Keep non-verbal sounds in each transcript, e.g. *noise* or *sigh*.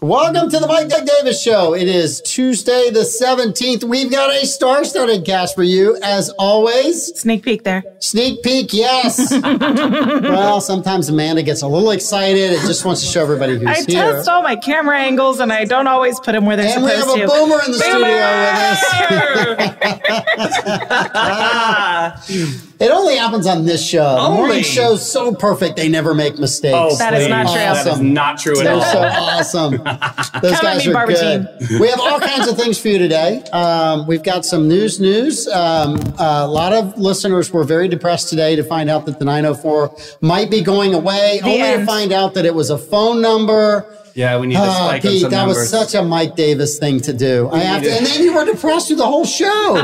Welcome to the Mike Doug Davis Show. It is Tuesday, the 17th. We've got a star studded cast for you, as always. Sneak peek there. Sneak peek, *laughs* yes. well, sometimes Amanda gets a little excited and just wants to show everybody who's I here. test all my camera angles and I don't always put them where they're and we supposed have a to. boomer in the studio with us. *laughs* Boomer! It only happens on this show. The Only? Oh, morning show's so perfect, they never make mistakes. That is not please. true. That is Awesome. not true at They're all. *laughs* so awesome. Those guys me, are Barbara good. We have all kinds of things for you today. Um, we've got some news news. Um, a lot of listeners were very depressed today to find out that the 904 might be going away, only to end. find out that it was a phone number. yeah, we need to Ah, spike up Pete, some that numbers. was such a Mike Davis thing to do. I have to, needed- and then you were depressed through the whole *laughs* show.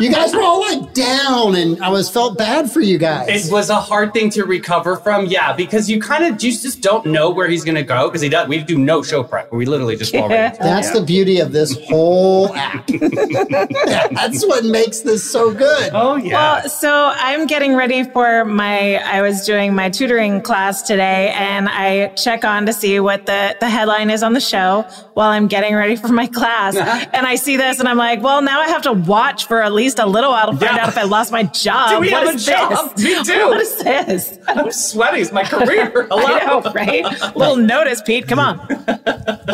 you guys were all like down, and I was felt bad for you guys. it was a hard thing to recover from, yeah, because you kind of you just don't know where he's gonna go because he does. We do no show prep. We literally just fall right. into it. That's Yeah. the beauty of this whole app. *laughs* That's what makes this so good. Oh yeah. *laughs* Well, so I'm getting ready for my. I was doing my tutoring class today, and I check on to see what the the headline is on the show while I'm getting ready for my class. Uh-huh. and I see this, and I'm like, well, now I have to watch for at least a little while to find Yeah. out if I lost my job. Do we What have is a job? this? *laughs* Me too. What is this? *laughs* I'm sweating. It's my career. Hello. I know, right? little notice, Pete. Come on.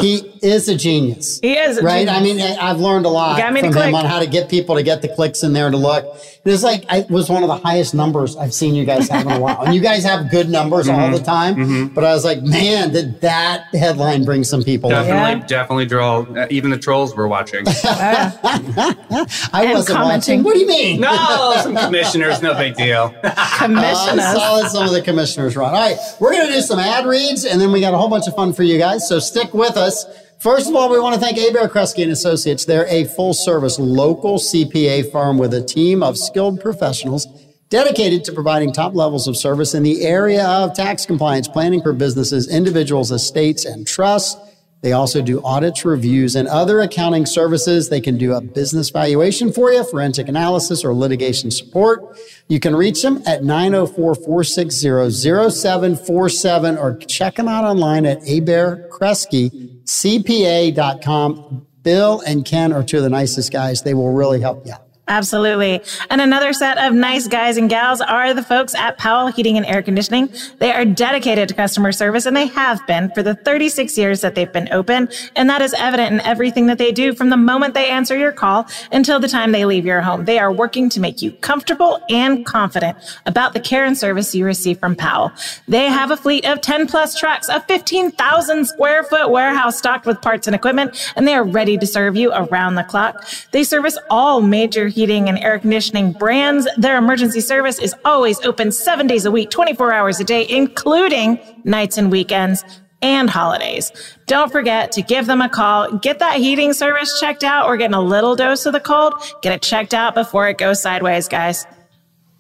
He is a genius. He is a right? genius. I mean, I- I've learned a lot You got from me to him click. on how to get people to get the clicks in there to look. It's like I it was one of the highest numbers I've seen you guys have in a while, and you guys have good numbers all the time. But I was like, man, did that headline bring some people? in? Definitely, Yeah. definitely draw. Uh, even the trolls were watching. I And wasn't watching. commenting. What do you mean? *laughs* no, some commissioners, no big deal. Commission Uh, us. solid some of the commissioners, Ron. All right, we're going to do some ad reads, and then we got a whole bunch of fun for you guys. So stick with us. First of all, we want to thank Abear Kresge and Associates. They're a full-service local CPA firm with a team of skilled professionals dedicated to providing top levels of service in the area of tax compliance, planning for businesses, individuals, estates, and trusts. They also do audits, reviews, and other accounting services. They can do a business valuation for you, forensic analysis, or litigation support. You can reach them at 904 460 0747 or check them out online at abearkresgecpa.com. Bill and Ken are two of the nicest guys. They will really help you out. Absolutely. And another set of nice guys and gals are the folks at Powell Heating and Air Conditioning. They are dedicated to customer service and they have been for the 36 years that they've been open. And that is evident in everything that they do from the moment they answer your call until the time they leave your home. They are working to make you comfortable and confident about the care and service you receive from Powell. They have a fleet of 10 plus trucks, a 15,000 square foot warehouse stocked with parts and equipment, and they are ready to serve you around the clock. They service all major heating and air conditioning brands. Their emergency service is always open seven days a week, 24 hours a day, including nights and weekends and holidays. Don't forget to give them a call. Get that heating service checked out. We're getting a little dose of the cold. Get it checked out before it goes sideways, guys.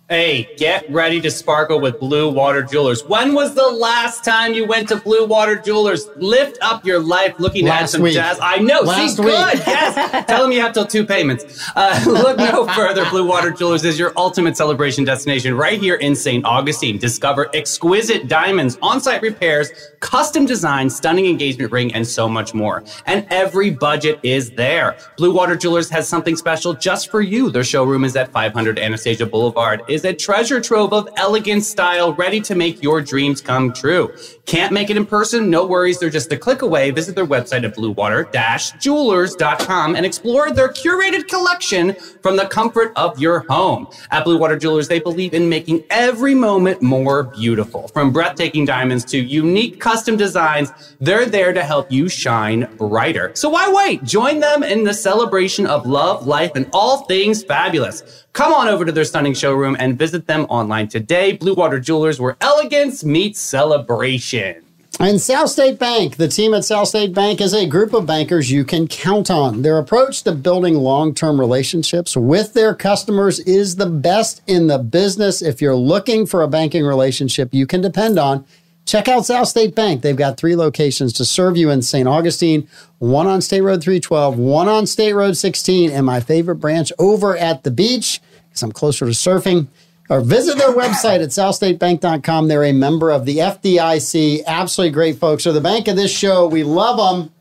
Hey, get ready to sparkle with Blue Water Jewelers. When was the last time you went to Blue Water Jewelers? Lift up your life looking at Last some week. jazz. I know. Last see, week. good. Yes. Tell them you have till two payments. Uh, *laughs* look no further. Blue Water Jewelers is your ultimate celebration destination right here in St. Augustine. Discover exquisite diamonds, on site repairs, custom design, stunning engagement ring, and so much more. And every budget is there. Blue Water Jewelers has something special just for you. Their showroom is at 500 Anastasia Boulevard, is a treasure trove of elegant style ready to make your dreams come true. Can't make it in person? No worries. They're just a click away. Visit their website at bluewater-jewelers.com and explore their curated collection from the comfort of your home. At Blue Water Jewelers, they believe in making every moment more beautiful. From breathtaking diamonds to unique custom designs, they're there to help you shine brighter. So why wait? Join them in the celebration of love, life, and all things fabulous. Come on over to their stunning showroom and visit them online today. Blue Water Jewelers, where elegance meets celebration. And South State Bank, the team at South State Bank is a group of bankers you can count on. Their approach to building long term relationships with their customers is the best in the business. If you're looking for a banking relationship you can depend on, check out South State Bank. They've got three locations to serve you in St. Augustine one on State Road 312, one on State Road 16, and my favorite branch over at the beach because I'm closer to surfing or visit their website at southstatebank.com. They're a member of the FDIC. Absolutely great folks. They're the bank of this show. We love them.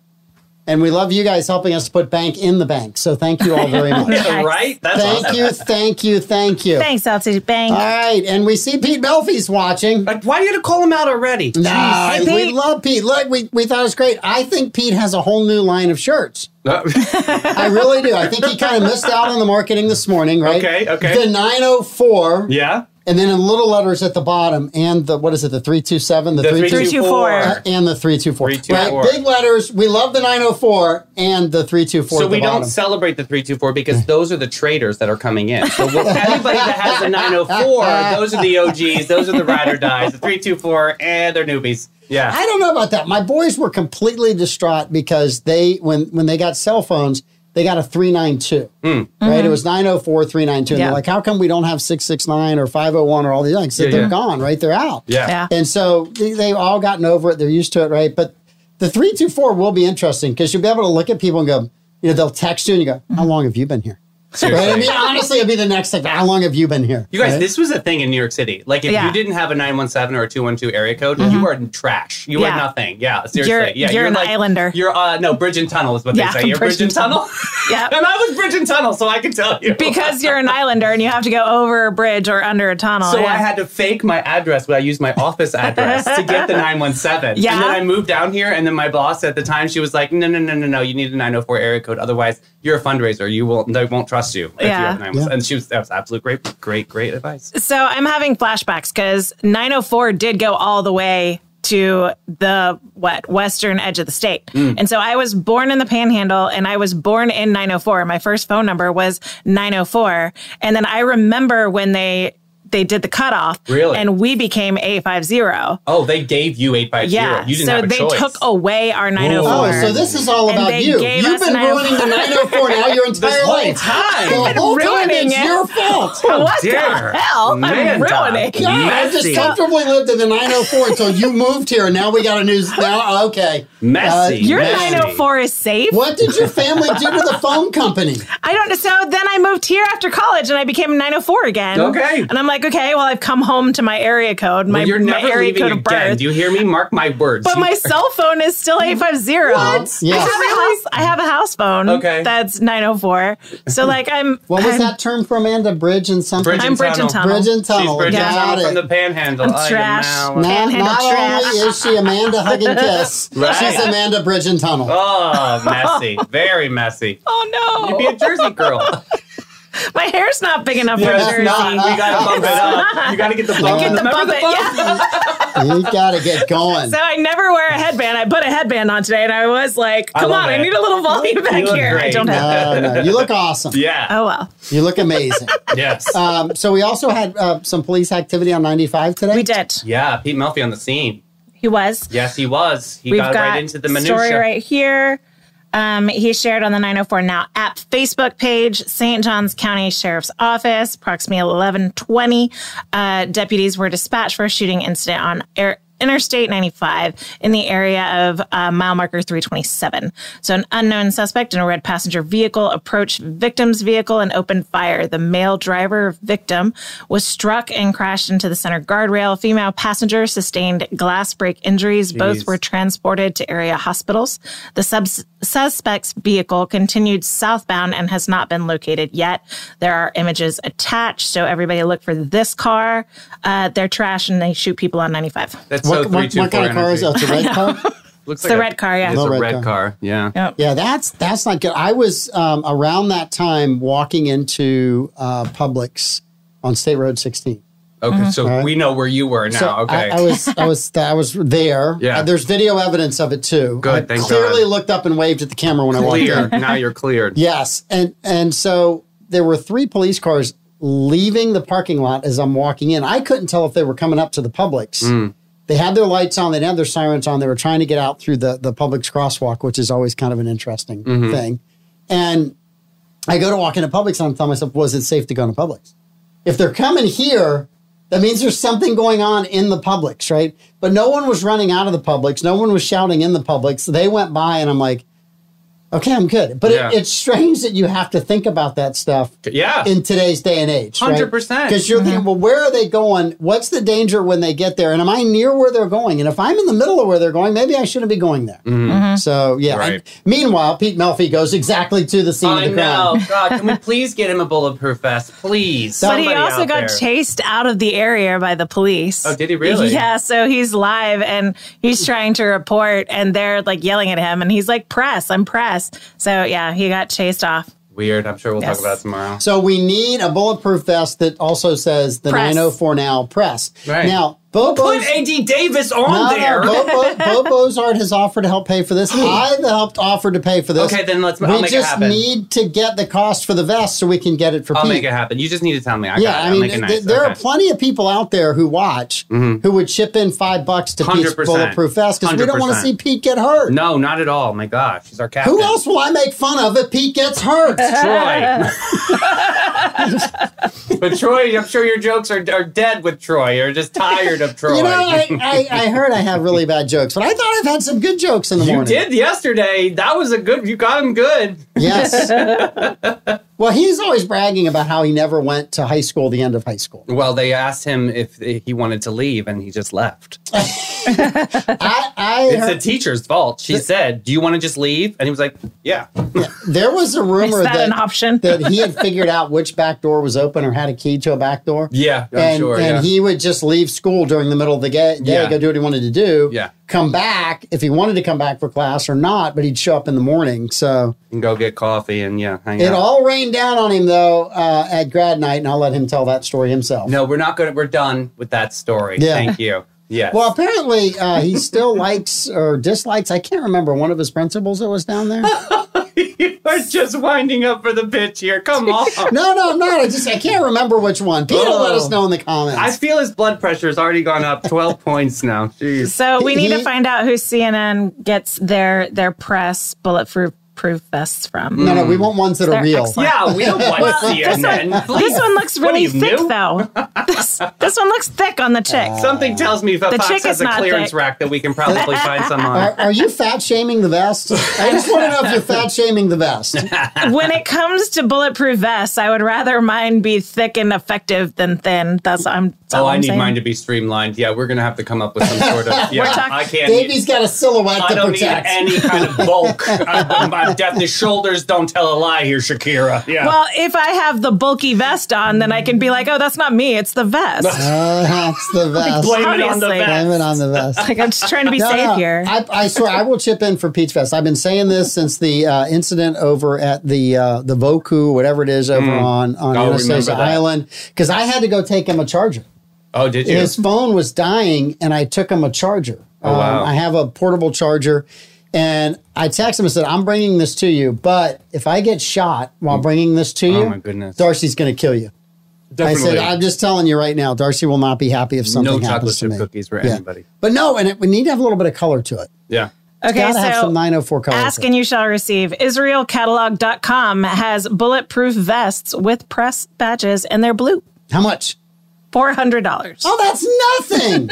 And we love you guys helping us to put bank in the bank. So thank you all very much. Yeah, right? *laughs* That's thank awesome. you, thank you, thank you. Thanks, LT. Bang. All right, and we see Pete Belfi's watching. Like, why are you gonna call him out already? Nah, Hey, we Pete. love Pete. Look, we, we thought it was great. I think Pete has a whole new line of shirts. Uh, I really do. I think he kind of missed out on the marketing this morning, right? *laughs* Okay, okay. The 904. yeah. And then in little letters at the bottom, and the, what is it, the 327? The, The 327. 324. Uh, and the 324. 324. Right, big letters. We love the 904 and the 324. So at the we don't bottom. celebrate the 324 because those are the traders that are coming in. So we'll, anybody that has the 904, those are the OGs, those are the ride or dies, the 324, and they're newbies. Yeah. I don't know about that. My boys were completely distraught because they when when they got cell phones, they got a 392. Hmm. Right? Mm-hmm. It was 904 392 and Yeah. they're like, "How come we don't have 669 or 501 or all these things?" Yeah, they're yeah. gone, right? They're out. Yeah. And so they, they've all gotten over it. They're used to it, right? But the 324 will be interesting because you'll be able to look at people and go, you know, they'll text you and you go, "How long have you been here?" Right? I Seriously. mean, honestly, it'll be the next thing. How long have you been here? You guys, Right? this was a thing in New York City. Like, if Yeah. you didn't have a 917 or a 212 area code, you are trash. You Yeah. are nothing. Yeah, seriously. You're- yeah, you're an like, islander. You're, uh, no, bridge and tunnel is what Yeah, they say. You're bridge bridge, and and tunnel. *laughs* Yep. and I was bridge and tunnel, so I can tell you. because you're an islander and you have to go over a bridge or under a tunnel. So Oh, yeah. I had to fake my address when I used my office address to get *laughs* the 917. Yeah. And then I moved down here, and then my boss at the time, she was like, no, no, no, no, no, you need a 904 area code. Otherwise, you're a fundraiser. You will, they won't trust you. If Yeah. You have a 917. And she was, that was absolute great, great, great advice. So I'm having flashbacks because 904 did go all the way to the what western edge of the state. Mm. And so I was born in the panhandle and I was born in 904. My first phone number was 904 and then I remember when they they did the cutoff Really? and we became 850. Oh, they gave you 850. Yeah. You didn't so have a they choice. took away our 904. Oh, so this is all And about they you. gave You've us been 904. ruining the 904 now *laughs* your entire whole life. time. The I've been whole time ruining it's it. your *laughs* fault. what Oh, Dear the hell? I'm man, Doc. ruining. Yeah, I just Messy. comfortably lived in the 904 until you moved here, and now we got a news. Now, oh, okay. Uh, Messy. Your Messy. 904 is safe. What did your family do to the phone company? I don't know. So then I moved here after college and I became a 904 again. Okay. And I'm like, okay, well, I've come home to my area code, my, Well, *laughs* you're my never area leaving code of again. birth. Do you hear me? Mark my words. but You- *laughs* my cell phone is still 850. Yeah. I, have a house, I have a house phone Okay. that's 904. So, like, I'm. *laughs* What was I'm- that term for Amanda? Bridge and something? Bridge I'm and bridge and tunnel. tunnel. Bridge and She's tunnel. bridge and got tunnel it. from the panhandle. I am trash. now- not Panhandle not trash. only is she Amanda Hug *laughs* and Kiss, Right. she's Amanda Bridge and Tunnel. *laughs* Oh, messy. *laughs* Very messy. Oh, You'd be no. a Jersey girl. my hair's not big enough for Yeah, Jersey. it's not. We gotta bump it up. You *laughs* gotta get the bump. Get the Remember bump it, yeah. *laughs* you got to get going. So I never wear a headband. I put a headband on today, and I was like, I "Come love on, I it. need a little volume back look here." I great. don't have. No, Uh, no, you look awesome. Yeah. Oh well, You look *laughs* amazing. Yes. Um, so we also had uh, some police activity on 95 today. we did. Yeah, Pete Melfi on the scene. He was. Yes, he was. He We've got, got, right into the minutia. story right here. Um, he shared on the 904 Now app Facebook page, St. John's County Sheriff's Office, approximately 1120. Uh, deputies were dispatched for a shooting incident on air. Interstate 95 in the area of uh, mile marker 327. So, an unknown suspect in a red passenger vehicle approached victim's vehicle and opened fire. The male driver victim was struck and crashed into the center guardrail. Female passenger sustained glass break injuries. Both Jeez. were transported to area hospitals. The subs- suspect's vehicle continued southbound and has not been located yet. There are images attached, so everybody look for this car. Uh, they're trash and they shoot people on 95. That's so What, three, what, two, what four kind of car is that? energy. It's a red *laughs* car? Looks the red car, yeah. It's a Little red, red car. car. Yeah. Yep. Yeah, that's that's not good. I was um, around that time walking into uh, Publix on State Road 16. Okay, so we know where you were now. Mm-hmm. So okay. I, I was I was I was there. *laughs* Yeah. Uh, there's video evidence of it too. Good, I thank clearly God. looked up and waved at the camera when I walked in. Clear. *laughs* now you're cleared. Yes, and and so there were three police cars leaving the parking lot as I'm walking in. I couldn't tell if they were coming up to the Publix. They had their lights on, they didn't have their sirens on. They were trying to get out through the the Publix crosswalk, which is always kind of an interesting thing. And I go to walk into Publix and I tell myself, was it safe to go into Publix? If they're coming here, that means there's something going on in the Publix, right? But no one was running out of the Publix. No one was shouting in the Publix. They went by and I'm like, Okay, I'm good. But Yeah. it, it's strange that you have to think about that stuff Yeah. in today's day and age. 100%. Because you're thinking, well, where are they going? What's the danger when they get there? And am I near where they're going? And if I'm in the middle of where they're going, maybe I shouldn't be going there. So, yeah. Mm-hmm. Right. And meanwhile, Pete Melfi goes exactly to the scene I of the crime. know. God, can we please get him a bulletproof vest, please? But he Somebody also out got there. chased out of the area by the police. Oh, did he really? Yeah, so he's live and he's trying to report, and they're like yelling at him, and he's like, "Press, I'm press." So yeah, he got chased off. Weird. I'm sure we'll Yes. talk about it tomorrow. So we need a bulletproof vest that also says the Press. 904 now press. Right. Now, Bobo's, Put AD Davis on no, no, there. Bo- Bo- Bo Bozard has offered to help pay for *gasps* this. I helped offer to pay for this. Okay, then let's- We I'll make it just happen. need to get the cost for the vest so we can get it for *laughs* I'll Pete. make it happen. You just need to tell me. I Yeah, got it. I I'll mean, make it th- nice. there are Okay. Mm-hmm. plenty of people out there who watch who would chip in five bucks to Pete's 100%. bulletproof vest because we don't want to 100%. see Pete get hurt. No, not at all. My gosh, she's our captain. Who else will I make fun of if Pete gets hurt? *laughs* *laughs* Troy. but Troy, I'm sure your jokes are, are dead with Troy. You're just tired of Troy. You know, I, I, I heard I have really bad jokes, but I thought I've had some good jokes in the you morning. did yesterday. That was a good. You got him good. *laughs* Yes. well, he's always bragging about how he never went to high school, the end of high school. Well, they asked him if he wanted to leave, and he just left. I, I It's the heard, teacher's fault. She said, "Do you want to just leave?" And he was like, "Yeah." there was a Is rumor that an that, option? that he had figured out which back door was open or had a key to a back door. Yeah, I'm and, sure, And yeah. he would just leave school during the middle of the ga- day, Yeah. go do what he wanted to do, Yeah. come back if he wanted to come back for class or not, but he'd show up in the morning. So And go get coffee, and yeah, hang it out. all rained down on him, though, uh, at grad night, and I'll let him tell that story himself. no, we're not gonna. We're done with that story. Yeah. Thank you. Yes. Well, apparently uh, he still *laughs* likes or dislikes. I can't remember one of his principals that was down *laughs* there. No, you are just winding up for the pitch here. Come on. *laughs* no, I'm not. I just I can't remember which one. Pete will let Oh. us know in the comments. I feel his blood pressure has already gone up 12 *laughs* points now. Jeez. so we need he- to find out who CNN gets their their press bulletproof proof vests from. no, no, we Mm. want ones that are They're real. excellent. Yeah, we don't want CNN. Please. This one looks What are really you, thick, new? though. This, this one looks thick on the chick. Something tells me that The Fox chick has is a not clearance thick. rack that we *laughs* can probably find some Are, on. are you fat shaming the *laughs* vest? I just want to know if you're fat shaming the vest. when it comes to bulletproof vests, I would rather mine be thick and effective than thin. That's I'm. That's Oh, all I I'm need saying. mine to be streamlined. Yeah, we're gonna have to come up with some *laughs* sort of. Yeah, talking- I can't. Davey's got a silhouette that I don't protects. need any kind of bulk. *laughs* I'm, I'm, I'm deaf. The shoulders don't tell a lie here, Shakira. Yeah. Well, if I have the bulky vest on, then I can be like, "Oh, that's not me. It's the *laughs* vest." Oh, that's the vest. blame it on the obviously. vest. Blame it on the vest. like I'm just trying to be No, safe no. here. I, I swear, I will chip in for Peach Fest. I've been saying this since the uh, incident over at the uh, the Voku, whatever it is, over on on I'll Anastasia Mm. remember that. Island, because I had to go take him a charger. oh, did you? His phone was dying, and I took him a charger. Um, Oh, wow. I have a portable charger, and I texted him and said, "I'm bringing this to you, but if I get shot while bringing this to you, Oh, my goodness. Darcy's going to kill you." I said, I'm just telling you right now, Darcy will not be happy if something chocolate happens to chip me. cookies for anybody. But no, and it, we need to have a little bit of color to it. yeah. okay, Gotta have some so 904 color. ask to it. and you shall receive. IsraelCatalog.com has bulletproof vests with press badges, and they're blue. How much? Four hundred dollars. Oh, that's *laughs* nothing.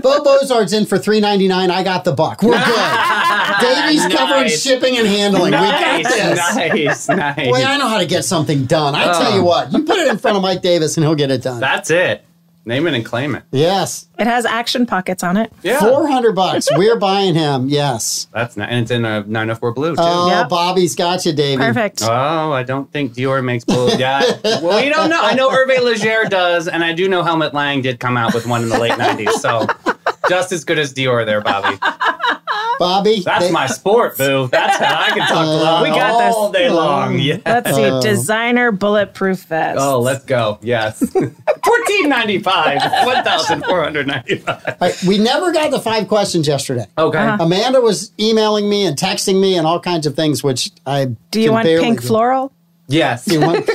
Bo Bozard's in for three ninety nine. I got the buck. We're *laughs* good. Davey's covering Nice. shipping and handling. we Nice, got this. nice, nice. Boy, I know how to get something done. I tell Oh. Uh. you what, you put it in front of Mike Davis and he'll get it done. That's it. Name it and claim it. yes. It has action pockets on it. Yeah. 400 bucks. We're buying him. Yes. That's not, and it's in a 904 blue too. Oh, Yep. Bobby's got you, Davey. Perfect. Oh, I don't think Dior makes blue. *laughs* Yeah, well, we don't know. I know Hervé Leger does, and I do know Helmut Lang did come out with one in the late '90s. So, just as good as Dior, there, Bobby. Bobby. That's they- my sport, boo. That's how I can talk love We got this. all day long. Yeah. Let's uh, see. Designer bulletproof vest. Oh, let's go. Yes. *laughs* Fourteen ninety five. One thousand four hundred ninety five. All right, we never got the five questions yesterday. Okay. Amanda was emailing me and texting me and all kinds of things, which I Do you can want barely pink do. floral? *laughs* Yes. You want-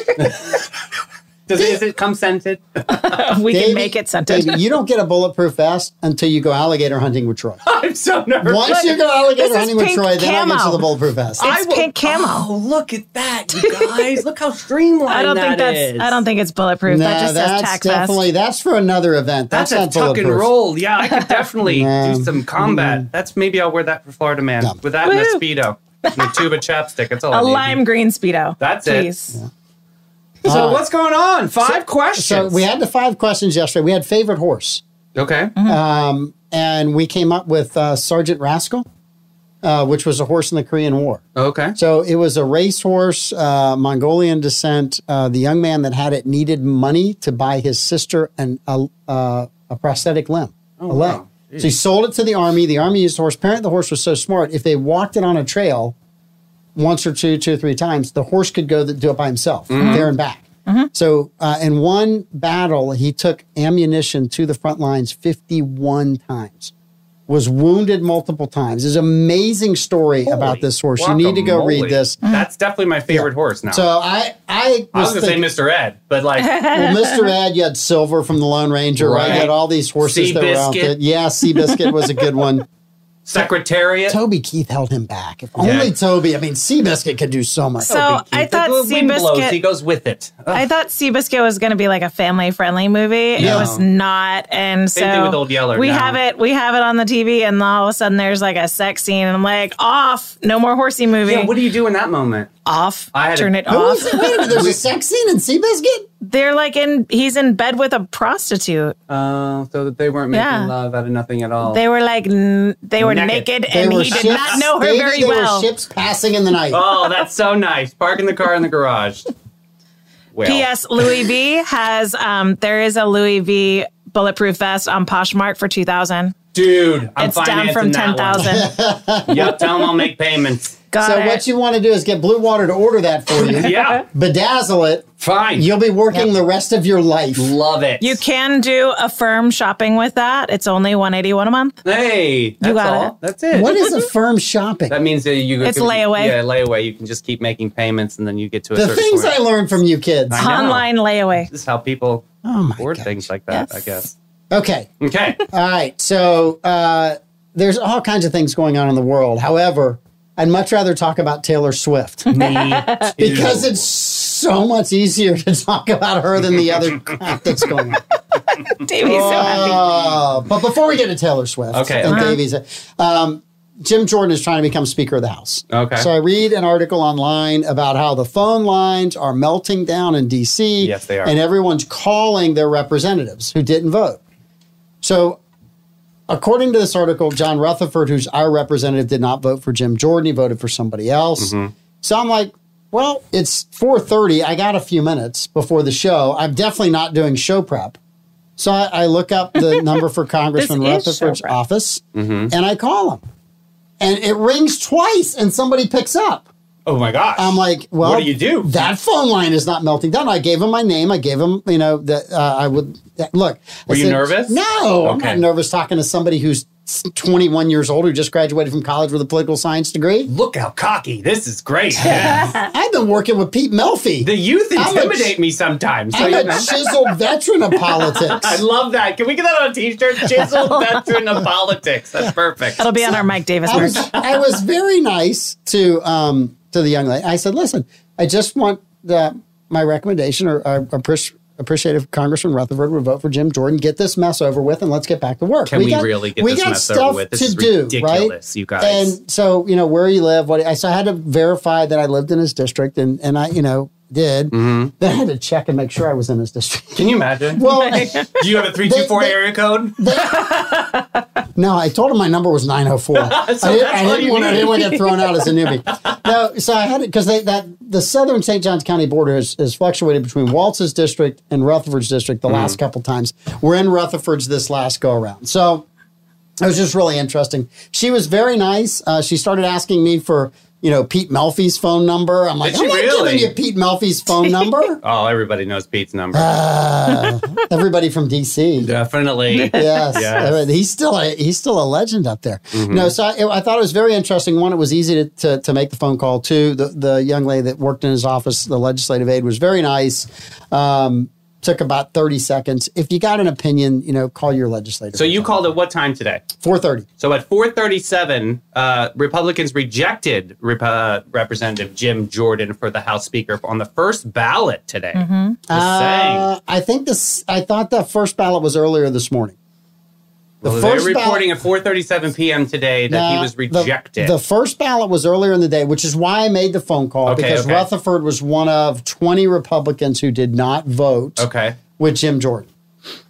Does is it come scented? *laughs* We Davey- can make it scented. Davey, you don't get a bulletproof vest until you go alligator hunting with Troy. I'm so nervous. Once you go this alligator is hunting with pink Troy, then I'll get you camo. the bulletproof vest. I- It's pink camo. Oh, look at that, you guys! look how streamlined *laughs* I don't think that's. I don't think it's bulletproof. that just says that's tack definitely vest. that's for another event. That's, that's, a not tuck and bulletproof. roll. *laughs* Yeah, I could definitely Yeah. Mm-hmm. do some combat. That's maybe I'll wear that for Florida man with that and Woo. a speedo. and a tube of chapstick. That's all *laughs* I A need. lime green Speedo. That's it. Please. So what's going on? Five questions. Uh, So we had the five questions yesterday. We had favorite horse, okay. Mm-hmm. um, and we came up with uh, Sergeant Rascal, uh, which was a horse in the Korean War. Okay. So it was a racehorse, uh, Mongolian descent. Uh, the young man that had it needed money to buy his sister an, a, uh, a prosthetic limb, a leg. wow. So he sold it to the army. The army used the horse. Apparently, the horse was so smart. If they walked it on a trail once or two, two or three times, the horse could go th- do it by himself, Mm-hmm. there and back. So uh, in one battle, he took ammunition to the front lines 51 times. Was wounded multiple times. There's an amazing story about this horse. You need to go read Guacamole. this. That's definitely my favorite horse now. So I, I I was, was gonna say thinking, Mr. Ed, but *laughs* like well, Mr. Ed, you had Silver from the Lone Ranger, right? You Right. had all these horses that were out Seabiscuit. there. Yeah, Seabiscuit was a good *laughs* one. Secretariat. Toby Keith held him back. If only Yeah. Toby, I mean, Seabiscuit could do so much. So Keith. I Oh, The thought good wind blows, He Seabiscuit. goes with it. Ugh. I thought Seabiscuit was going to be like a family-friendly movie. No. It was not, and so Same thing with Old Yeller we now. have it. We have it on the TV, and all of a sudden there's like a sex scene, and I'm like, off. No more horsey movie. Yeah, what do you do in that moment? off. I had a- Turn it Who off. is it? Wait a minute, there's a sex scene in Seabiscuit? They're like in. He's in bed with a prostitute. Uh, so that they weren't making Yeah. love out of nothing at all. They were like, n- they were Naked. naked, They and were he did ships- not know her Baby, very they well. were ships passing in the night. *laughs* oh, that's so nice. Parking the car in the garage. Well, P.S. Louis V has um, there is a Louis V bulletproof vest on Poshmark for two thousand. dude, I'm It's down financing from that ten one. *laughs* thousand. Yep, tell them I'll *laughs* make payments. Got so it. what you want to do is get Blue Water to order that for *laughs* you, Yeah, bedazzle it. fine. You'll be working the rest of your life. love it. You can do a firm shopping with that. It's only one eighty one a month. Hey, that's got all. it. That's *laughs* it. What *laughs* is a firm shopping? *laughs* That means that you. It's could- layaway. Yeah, layaway. You can just keep making payments, and then you get to a The certain things point. I learned from you kids. know. Online layaway. *laughs* This is how people Oh my hoard gosh. things like that. Yes. I guess. Okay. *laughs* Okay. All right. So uh, there's all kinds of things going on in the world. However, I'd much rather talk about Taylor *laughs* Swift *laughs* because it's so much easier to talk about her than the other crap that's going on. Davey's so happy. Uh, but before we get to Taylor Swift, Okay. and Uh-huh. Davies, um, Jim Jordan is trying to become Speaker of the House. Okay. So I read an article online about how the phone lines are melting down in D.C. Yes, they are. And everyone's calling their representatives who didn't vote. So, according to this article, John Rutherford, who's our representative, did not vote for Jim Jordan. He voted for somebody else. Mm-hmm. So I'm like, well, it's 4:30. I got a few minutes before the show. I'm definitely not doing show prep. So I, I look up *laughs* the number for Congressman This is show Rutherford's prep. office Mm-hmm. and I call him. And it rings twice and somebody picks up. oh my gosh. I'm like, well, What do you do? That phone line is not melting down. I gave him my name. I gave him, you know, that uh, I would that- look. Were I you nervous? No, I'm Okay. not nervous talking to somebody who's 21 years old who just graduated from college with a political science *laughs* degree. Look how cocky. This is great. Yeah. I've been working with Pete Melfi. the youth I'm a- intimidate me sometimes. So, I'm you a know. chiseled veteran of politics. *laughs* I love that. Can we get that on *laughs* a t-shirt? Chiseled veteran of politics. That's perfect. It'll be on our Mike Davis I merch. was, I was very nice to um, to the young lady. I said, "Listen, I just want the, my recommendation or, or appreci- appreciative Congressman Rutherford would vote for Jim Jordan. Get this mess over with, and let's get back to work. Can we really get this mess over with? This is ridiculous, you guys. And so, you know, where you live, what I so I had to verify that I lived in his district, and and I, you know, did. Then I had to check and make sure I was in his district. Mm-hmm. Can you imagine? *laughs* Well. do you have a 324 They- they- area code? No, I told him my number was 904. I, didn't, *laughs* So that's I, all didn't you want, I need. didn't want to get thrown out as a *laughs* newbie. No, so I had it because that the southern St. Johns County border has, has fluctuated between Waltz's district and Rutherford's district the Mm. last couple times. We're in Rutherford's this last go around. So it was just really interesting. She was very nice. Uh, she started asking me for, you know, Pete Melfi's phone number. I'm like, Did I'm she not really? giving you Pete Melfi's phone *laughs* number. Oh, everybody knows Pete's number. Uh, Everybody from D.C. Definitely. yes. *laughs* Yes. Mm-hmm. I mean, he's still a, he's still a legend up there. No, so I, I thought it was very interesting. One, it was easy to, to, to make the phone call. Two, the, the young lady that worked in his office, the legislative aide, was very nice. Um, took about thirty seconds. If you got an opinion, you know, call your legislator. So you called at what time today? four thirty. So at 4:37, uh, Republicans rejected Rep- uh, Representative Jim Jordan for the House Speaker on the first ballot today. Mm-hmm. Just saying. Uh, I think this. I thought that first ballot was earlier this morning. The Well, they're reporting at 4:37 p.m. today that he Nah, Uh, was the- rejected. The, first ballot was earlier in the day, which is why I made the phone call Okay, because okay. Rutherford was one of 20 Republicans who did not vote okay. with Jim Jordan.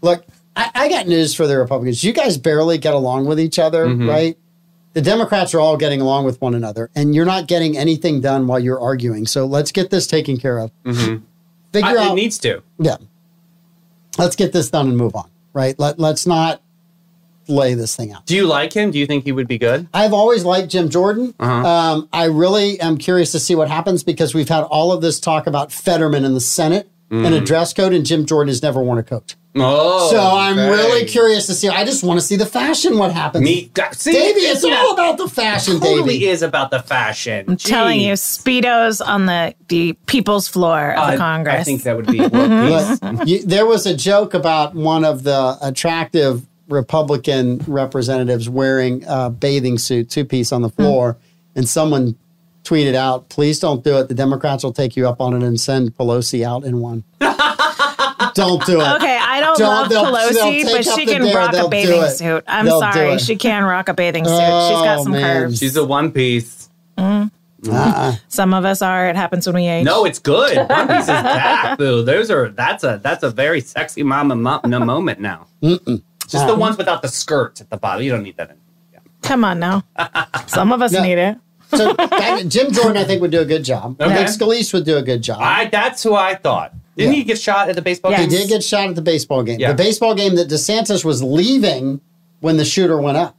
Look, I, I got news for the Republicans. You guys barely get along with each other, right? The Democrats are all getting along with one another, and you're not getting anything done while you're arguing. So let's get this taken care of. Figure I, it out needs to. yeah. Let's get this done and move on, right? Let, let's not lay this thing out. Do you like him? Do you think he would be good? I've always liked Jim Jordan. Um, I really am curious to see what happens because we've had all of this talk about Fetterman in the Senate and a dress code, and Jim Jordan has never worn a coat. Oh, So I'm okay. really curious to see. I just want to see the fashion. What happens? Me, see, Davey, it's yeah, all about the fashion, totally Davey. is about the fashion. I'm telling you, speedos on the the people's floor of the Congress. Mm-hmm. I think that would be world peace. But you, there was a joke about one of the attractive Republican representatives wearing a bathing suit, two piece on the floor, and someone tweeted out, "Please don't do it. The Democrats will take you up on it and send Pelosi out in *laughs* one." don't do it. Okay, I don't, Don't- love they'll- Pelosi, they'll but take up she the can dare, rock they'll do a bathing it. suit. I'm They'll do sorry, it. she can rock a bathing suit. She's got Oh, some man. curves. She's a one piece. Uh-uh. Some of us are. It happens when we age. No, it's good. One piece *laughs* is back, boo. Those are that's a that's a very sexy mama mo- no moment now. Just Uh-huh. the ones without the skirt at the bottom. You don't need that. Anymore. Yeah. Come on *laughs* now. Some of us No. need it. so that- Jim Jordan, I think, would do a good job. I Okay. think Scalise would do a good job. I that's who I thought. Didn't Yeah. he get shot at the baseball Yeah. He game? did get shot at the baseball game. Yeah. The baseball game that DeSantis was leaving when the shooter went *laughs* up.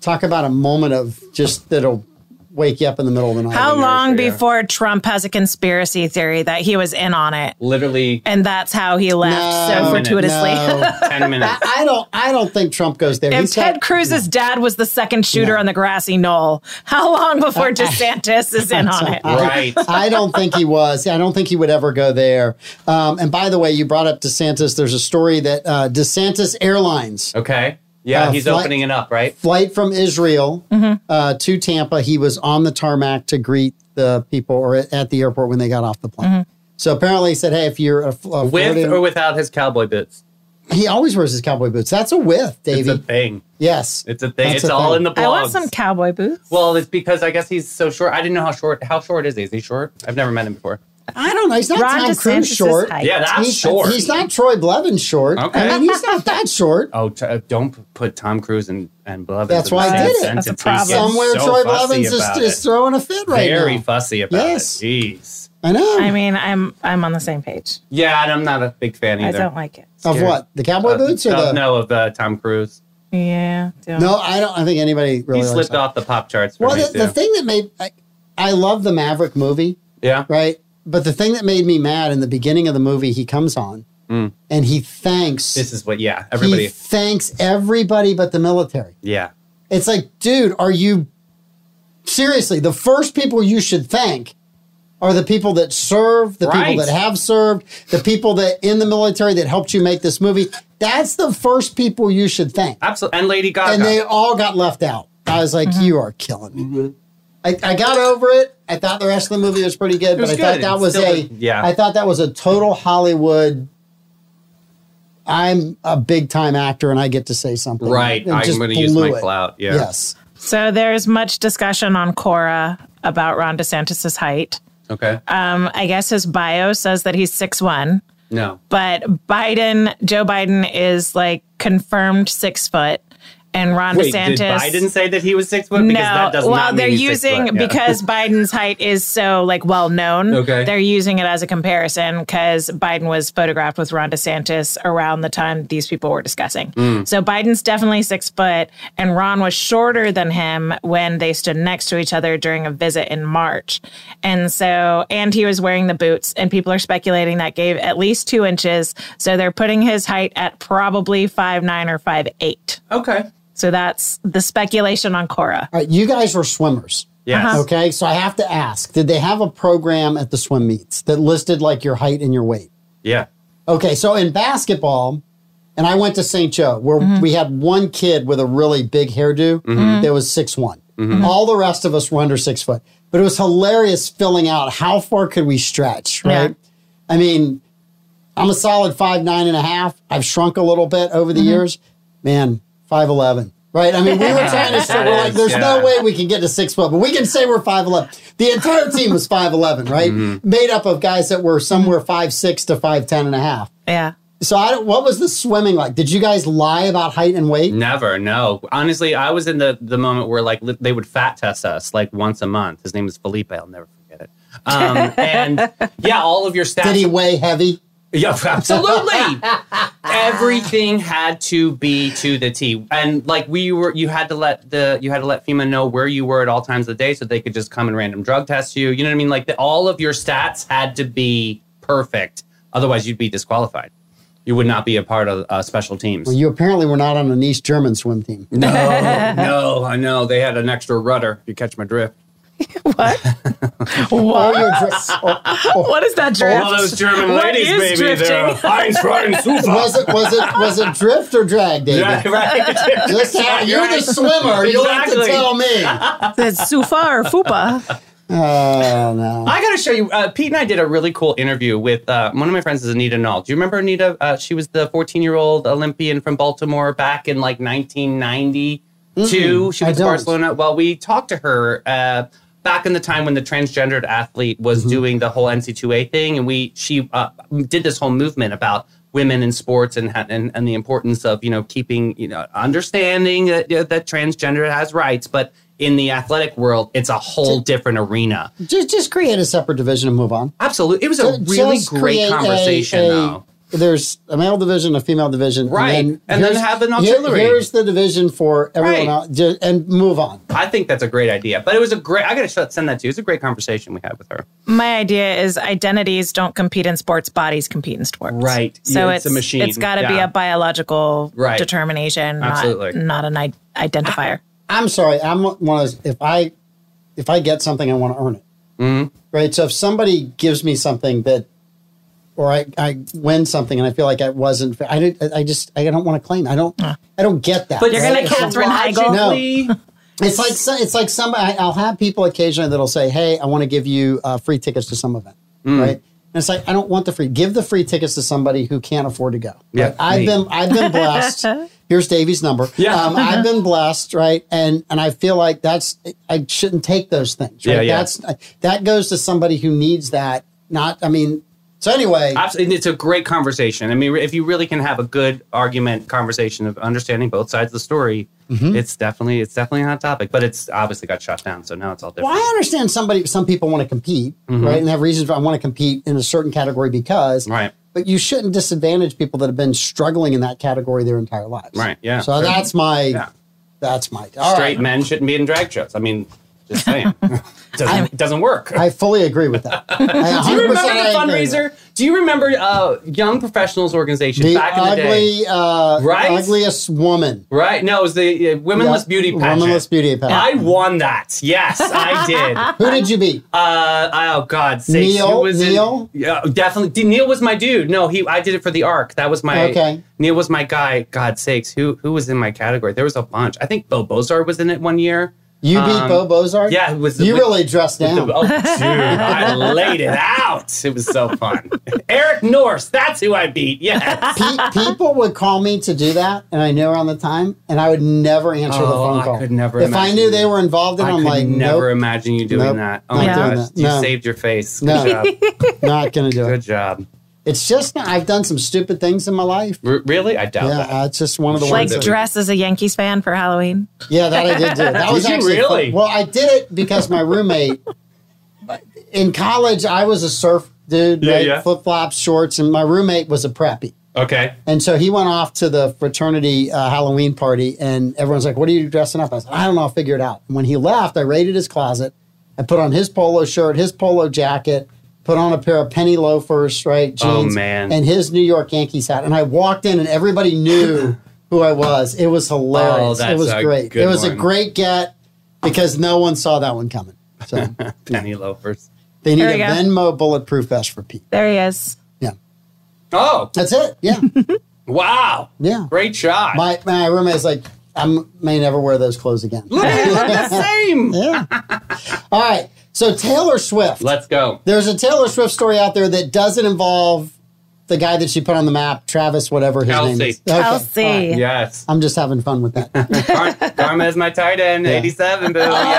Talk about a moment of just that'll wake you up in the middle of the night. How long yeah. before Trump has a conspiracy theory that he was in on it, *laughs* Literally and that's how he left No, so fortuitously? No. ten minutes. I don't. I don't think Trump goes there. *laughs* If He's Ted got- Cruz's dad was the second shooter No. on the grassy knoll, how long before *laughs* DeSantis is in on it? *laughs* Right. I don't think he was. I don't think he would ever go there. Um, and by the way, you brought up DeSantis. There's a story that uh, DeSantis Airlines Okay. Yeah, Uh, he's flight- opening it up, right? flight from Israel Mm-hmm. uh, to Tampa. He was on the tarmac to greet the people or at, at the airport when they got off the plane. Mm-hmm. So apparently he said, hey, if you're a, a With Floridian- or without his cowboy boots. he always wears his cowboy boots. That's a with, It's Davey. a thing. yes. It's a thing. That's it's a all thing. in the blogs. I want some cowboy boots. well, it's because I guess he's so short. I didn't know how short. How short is he? Is he short? I've never met him before. I don't know. He's not Ron Tom DeSantis' Cruise short. height. Yeah, that's He's, short. he's not Troy Blevins short. Okay. I mean, he's not that short. *laughs* Oh, t- uh, don't p- put Tom Cruise and and Blevins. That's in why I the same did it. sentence. That's a problem. He's getting Somewhere so Troy fussy Blevins is, about is it. throwing a fit right very now. fussy about Yes. it. Jeez. I know. I mean, I'm I'm on the same page. Yeah, and I'm not a big fan either. I don't like it. of scared. what? The cowboy boots or Uh, the no of uh, Tom Cruise. Yeah. don't. No, I don't. I think anybody really He likes slipped that. off the pop charts for Well, me the, too. the thing that made I, I love the Maverick movie, yeah. right? But the thing that made me mad in the beginning of the movie, he comes on and he thanks This is what. Yeah. Mm. Everybody. he thanks everybody but the military. yeah. It's like, dude, are you seriously the first people you should thank? Are the people that serve, the Right. people that have served, the people that in the military that helped you make this movie? That's the first people you should thank. Absolutely. And Lady Gaga. and they all got left out. I was like, Mm-hmm. "You are killing me." I, I got over it. I thought the rest of the movie was pretty good, was but I good. thought that It was still a did- yeah. I thought that was a total Hollywood. I'm a big time actor, and I get to say something. right. And I'm just going to use blew my it. clout. Yeah. Yes. So there's much discussion on Cora about Ron DeSantis's height. Okay. Um, I guess his bio says that he's six one, no. but Biden, Joe Biden, is like confirmed six foot, and Ron Wait, DeSantis. did Biden say that he was six foot? no, Because that does well, not mean they're he's six using foot, yeah. *laughs* because Biden's height is so like well known. Okay. they're using it as a comparison because Biden was photographed with Ron DeSantis around the time these people were discussing. Mm. So Biden's definitely six foot, and Ron was shorter than him when they stood next to each other during a visit in March. And so, and he was wearing the boots, and people are speculating that gave at least two inches. So they're putting his height at probably five nine or five eight. Okay. So that's the speculation on Cora. All right, you guys were swimmers. Yes. Uh-huh. Okay, so I have to ask: Did they have a program at the swim meets that listed like your height and your weight? Yeah. Okay, so in basketball, and I went to St. Joe where we had one kid with a really big hairdo that was six one. All the rest of us were under six foot, but it was hilarious filling out how far could we stretch, Yeah. right? I mean, I'm a solid five nine and a half. I've shrunk a little bit over the years. Man, five eleven. Right? I mean, we were trying to say we're like, there's no Yeah. way we can get to six foot, but we can say we're five eleven. The entire team was five eleven, right? Made up of guys that were somewhere five six to five ten and a half. Yeah. So, I, don't- what was the swimming like? Did you guys lie about height and weight? Never, no. Honestly, I was in the the moment where like li- they would fat test us like once a month. His name was Felipe. I'll never forget it. Um, and yeah, all of your stats. Did he weigh heavy? *laughs* yeah, absolutely. *laughs* Everything had to be to the T, and like we were, you had to let the you had to let FEMA know where you were at all times of the day, so they could just come and random drug test you. You know what I mean? Like the, all of your stats had to be perfect, otherwise you'd be disqualified. You would not be a part of uh, special teams. *laughs* Well, you apparently were not on an East German swim team. No, no, I know. They had an extra rudder. If you catch my drift. *laughs* What? Or what? your oh, dress- or- What is that drift? German What ladies, is baby, they're drifting? Heinz *laughs* was it was it was it drift or drag, David? *laughs* Just how, you're the swimmer. You'll have to Exactly. tell me. *laughs* *laughs* That's Sufa or Fupa. Oh no. I got to show you. Uh, Pete and I did a really cool interview with uh, one of my friends is Anita Null. Do you remember Anita? Uh, she was the 14 year old Olympian from Baltimore back in like 1992. she Mm-hmm. I was don't. Barcelona. Well, we talked to her uh, back in the time when the transgendered athlete was Mm-hmm. doing the whole NC2A thing, and we she uh, did this whole movement about women in sports and, ha- and and the importance of you know keeping you know understanding that, you know, that transgender has rights, but in the athletic world, it's a whole different arena. Just just create a separate division and move on. Absolutely. It was a Just really create a- great conversation, a- though. There's a male division, a female division, Right. And then here's- have an here- auxiliary. here's the division for everyone Right. else, ju- and move on. I think that's a great idea. But it was a great, I got to send that to you. It's a great conversation we had with her. My idea is identities don't compete in sports, bodies compete in sports. Right. So Yeah, it's, a machine. It's got to be Yeah. a biological Right. determination, not- Absolutely. not, an I- *laughs* identifier. I'm sorry. I'm one of those. If I if I get something, I want to earn it. Right. So if somebody gives me something that, or I, I win something and I feel like I wasn't, I didn't, I just I don't want to claim. I don't. I don't get that. But You're gonna It's like- Katherine Heigl? logically- It's like so- it's like some. I, I'll have people occasionally that'll say, "Hey, I want to give you uh, free tickets to some event," Hmm. right? And it's like I don't want the free. Give the free tickets to somebody who can't afford to go. Yeah, Like, I've me. been I've been blessed. Here's Davey's number. Um, Yeah. I've been blessed, right? And and I feel like that's I shouldn't take those things. Right? Yeah, yeah. That's uh, that goes to somebody who needs that. Not, I mean. So anyway, Absolutely. It's a great conversation. I mean, if you really can have a good argument conversation of understanding both sides of the story, Mm-hmm. it's definitely it's definitely a hot topic. But it's obviously got shot down, so now it's all different. Well, I understand somebody, some people want to compete, right, and have reasons. For, I want to compete in a certain category because, Mm-hmm. Right. But you shouldn't disadvantage people that have been struggling in that category their entire lives, Right, yeah, So sure. that's my, Yeah. that's my all Straight right. men shouldn't be in drag shows. I mean, *laughs* just saying, doesn't doesn't work. I fully agree with that. I 100% *laughs* Do you remember I agree the with that. fundraiser? Do you remember uh, young professionals organization The back in the day? ugly, uh, Right? ugliest woman. Right? No, it was the uh, Womenless Yeah. Beauty Pageant. Womenless beauty I pageant. won that. *laughs* Yes, I did. Who did you beat? Uh, oh God, sakes. Neil? Who was in- Neil? yeah, definitely. D- Neil was my dude. No, he. I did it for the arc. That was my. Okay. Neil was my guy. God sakes, who who was in my category? There was a bunch. I think Bo Bozar was in it one year. You beat um, Bo Bozart. yeah, it was the- you really dressed down. Oh, dude, I laid it out. It was so fun. Eric Norse, that's who I *laughs* beat. Yes. Pe- people would call me to do that, and I knew around the time, and I would never answer the Oh, phone I call. could never If I imagine knew they that. were involved in, it, I I'm could like, never nope, imagine you doing Nope. that. Oh Not my doing gosh, that. you No. saved your face. Good No. job. not gonna do Good it. job. It's just not, I've done some stupid things in my life. R- really? I doubt that. Yeah, uh, it's just one of the Like ones. That, dress as a Yankees fan for Halloween. yeah, that I did do. That was *laughs* Did you actually really? fun. well, I did it because my roommate in college. I was a surf dude, Yeah, right? yeah. flip flops, shorts, and my roommate was a preppy. Okay. And so he went off to the fraternity uh, Halloween party, and everyone's like, "What are you dressing up?" as?" I don't know. I'll figure it out. And when he left, I raided his closet. I put on his polo shirt, his polo jacket, put on a pair of penny loafers, right Oh, jeans, man. and his New York Yankees hat. And I walked in, and everybody *laughs* knew who I was. It was hilarious. Oh, that's it was a great. good it was a one. great get because no one saw that one coming. *laughs* So Penny loafers. they need There a you go. Venmo bulletproof vest for Pete. There he is. Yeah, Oh, that's it. *laughs* Yeah, wow. yeah. Great shot. *laughs* My my roommate's like, I may never wear those clothes again. Look at him, we're the *laughs* same. Yeah. All right. So Taylor Swift. Let's go. There's a Taylor Swift story out there that doesn't involve the guy that she put on the map, Travis, whatever his name Kelsey. is. Okay, Kelsey. all right. *laughs* Yes. I'm just having fun with that. Car- Karma is my tight end. Yeah. 87, *laughs* boo. Yes.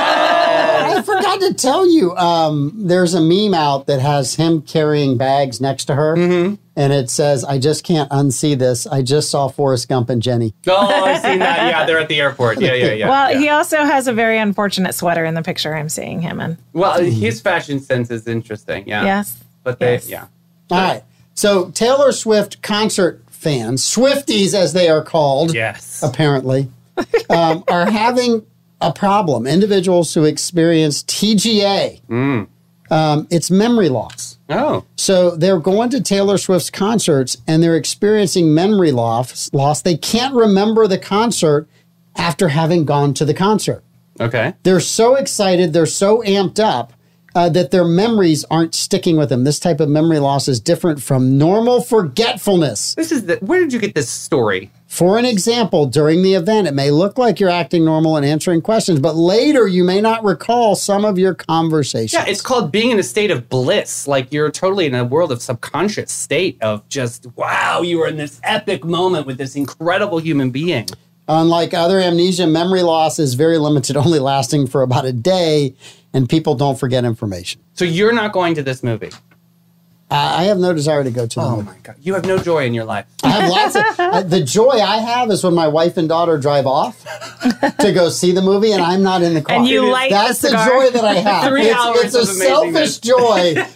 I forgot to tell you, um, there's a meme out that has him carrying bags next to her. Mm-hmm. And it says, I just can't unsee this. I just saw Forrest Gump and Jenny. Oh, I've seen that. Yeah, they're at the airport. Yeah, yeah, yeah. Well, yeah. he also has a very unfortunate sweater in the picture I'm seeing him in. Well, his fashion sense is interesting. Yeah. Yes. But they, Yes. yeah. All right. So Taylor Swift concert fans, Swifties as they are called, Yes. apparently, um, are having a problem. Individuals who experience TGA, um, it's memory loss. Oh. So they're going to Taylor Swift's concerts and they're experiencing memory loss. Loss. They can't remember the concert after having gone to the concert. Okay. They're so excited, they're so amped up uh, that their memories aren't sticking with them. This type of memory loss is different from normal forgetfulness. This is the, where did you get this story? For an example, during the event, it may look like you're acting normal and answering questions, but later you may not recall some of your conversations. Yeah, it's called being in a state of bliss. Like you're totally in a world of subconscious state of just, wow, you were in this epic moment with this incredible human being. Unlike other amnesia, memory loss is very limited, *laughs* only lasting for about a day, and people don't forget information. So you're not going to this movie. I, I have no desire to go to the Oh movie. my God. You have no joy in your life. I have lots *laughs* of uh, the joy I have is when my wife and daughter drive off to go see the movie, and I'm not in the car. And you light That's the the cigar. joy that I have. *laughs* Three it's, it's hours a of amazingness. *laughs* selfish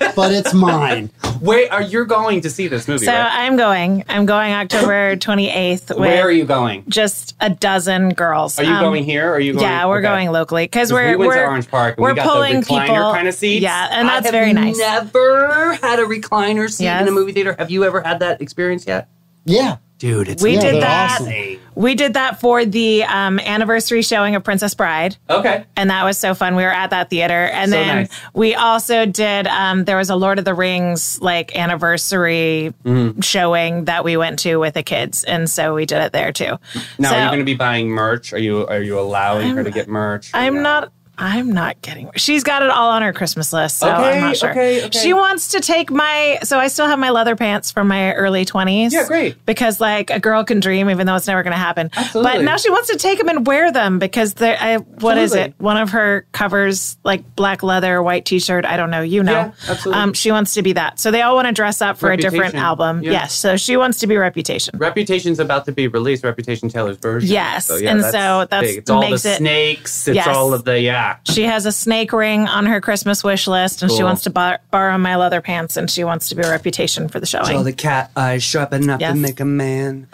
joy, but it's mine. Wait, are you going to see this movie? So right? I'm going. I'm going October 28th with Where are you going? just a dozen girls. Are you Um, going here? Or are you going? Yeah, we're okay. going locally because we're we went we're to Orange Park. And we're we got pulling the recliner people kind of seats. Yeah, and I that's have very nice. Never had a recliner seat Yes. in a movie theater. Have you ever had that experience yet? Yeah. Dude, it's We Yeah, did they're that. awesome. We did that for the um, anniversary showing of Princess Bride. Okay. and that was so fun. We were at that theater, and So then nice. we also did. Um, there was a Lord of the Rings like anniversary Mm-hmm. showing that we went to with the kids, and so we did it there too. Now, so are you going to be buying merch? Are you are you allowing her to get merch? or I'm not. I'm not getting. She's got it all on her Christmas list, so Okay, I'm not sure. okay, okay. She wants to take my. So I still have my leather pants from my early 20s. Yeah, great. Because like a girl can dream, even though it's never going to happen. But Absolutely. now she wants to take them and wear them because they're. I, what is Absolutely. it? One of her covers, like black leather, white T-shirt. I don't know. You know. Yeah, absolutely. Um, she wants to be that. So they all want to dress up for a different Reputation, album. yeah. Yes. So she wants to be Reputation. Reputation's about to be released. Reputation Taylor's version. Yes, and so that's- big. it's all makes the it- snakes. It's Yes. all of the yeah. She has a snake ring on her Christmas wish list, and she Cool. wants to bar- borrow my leather pants, and she wants to be a reputation for the showing. So, cat eyes sharpen up Yes. make a man.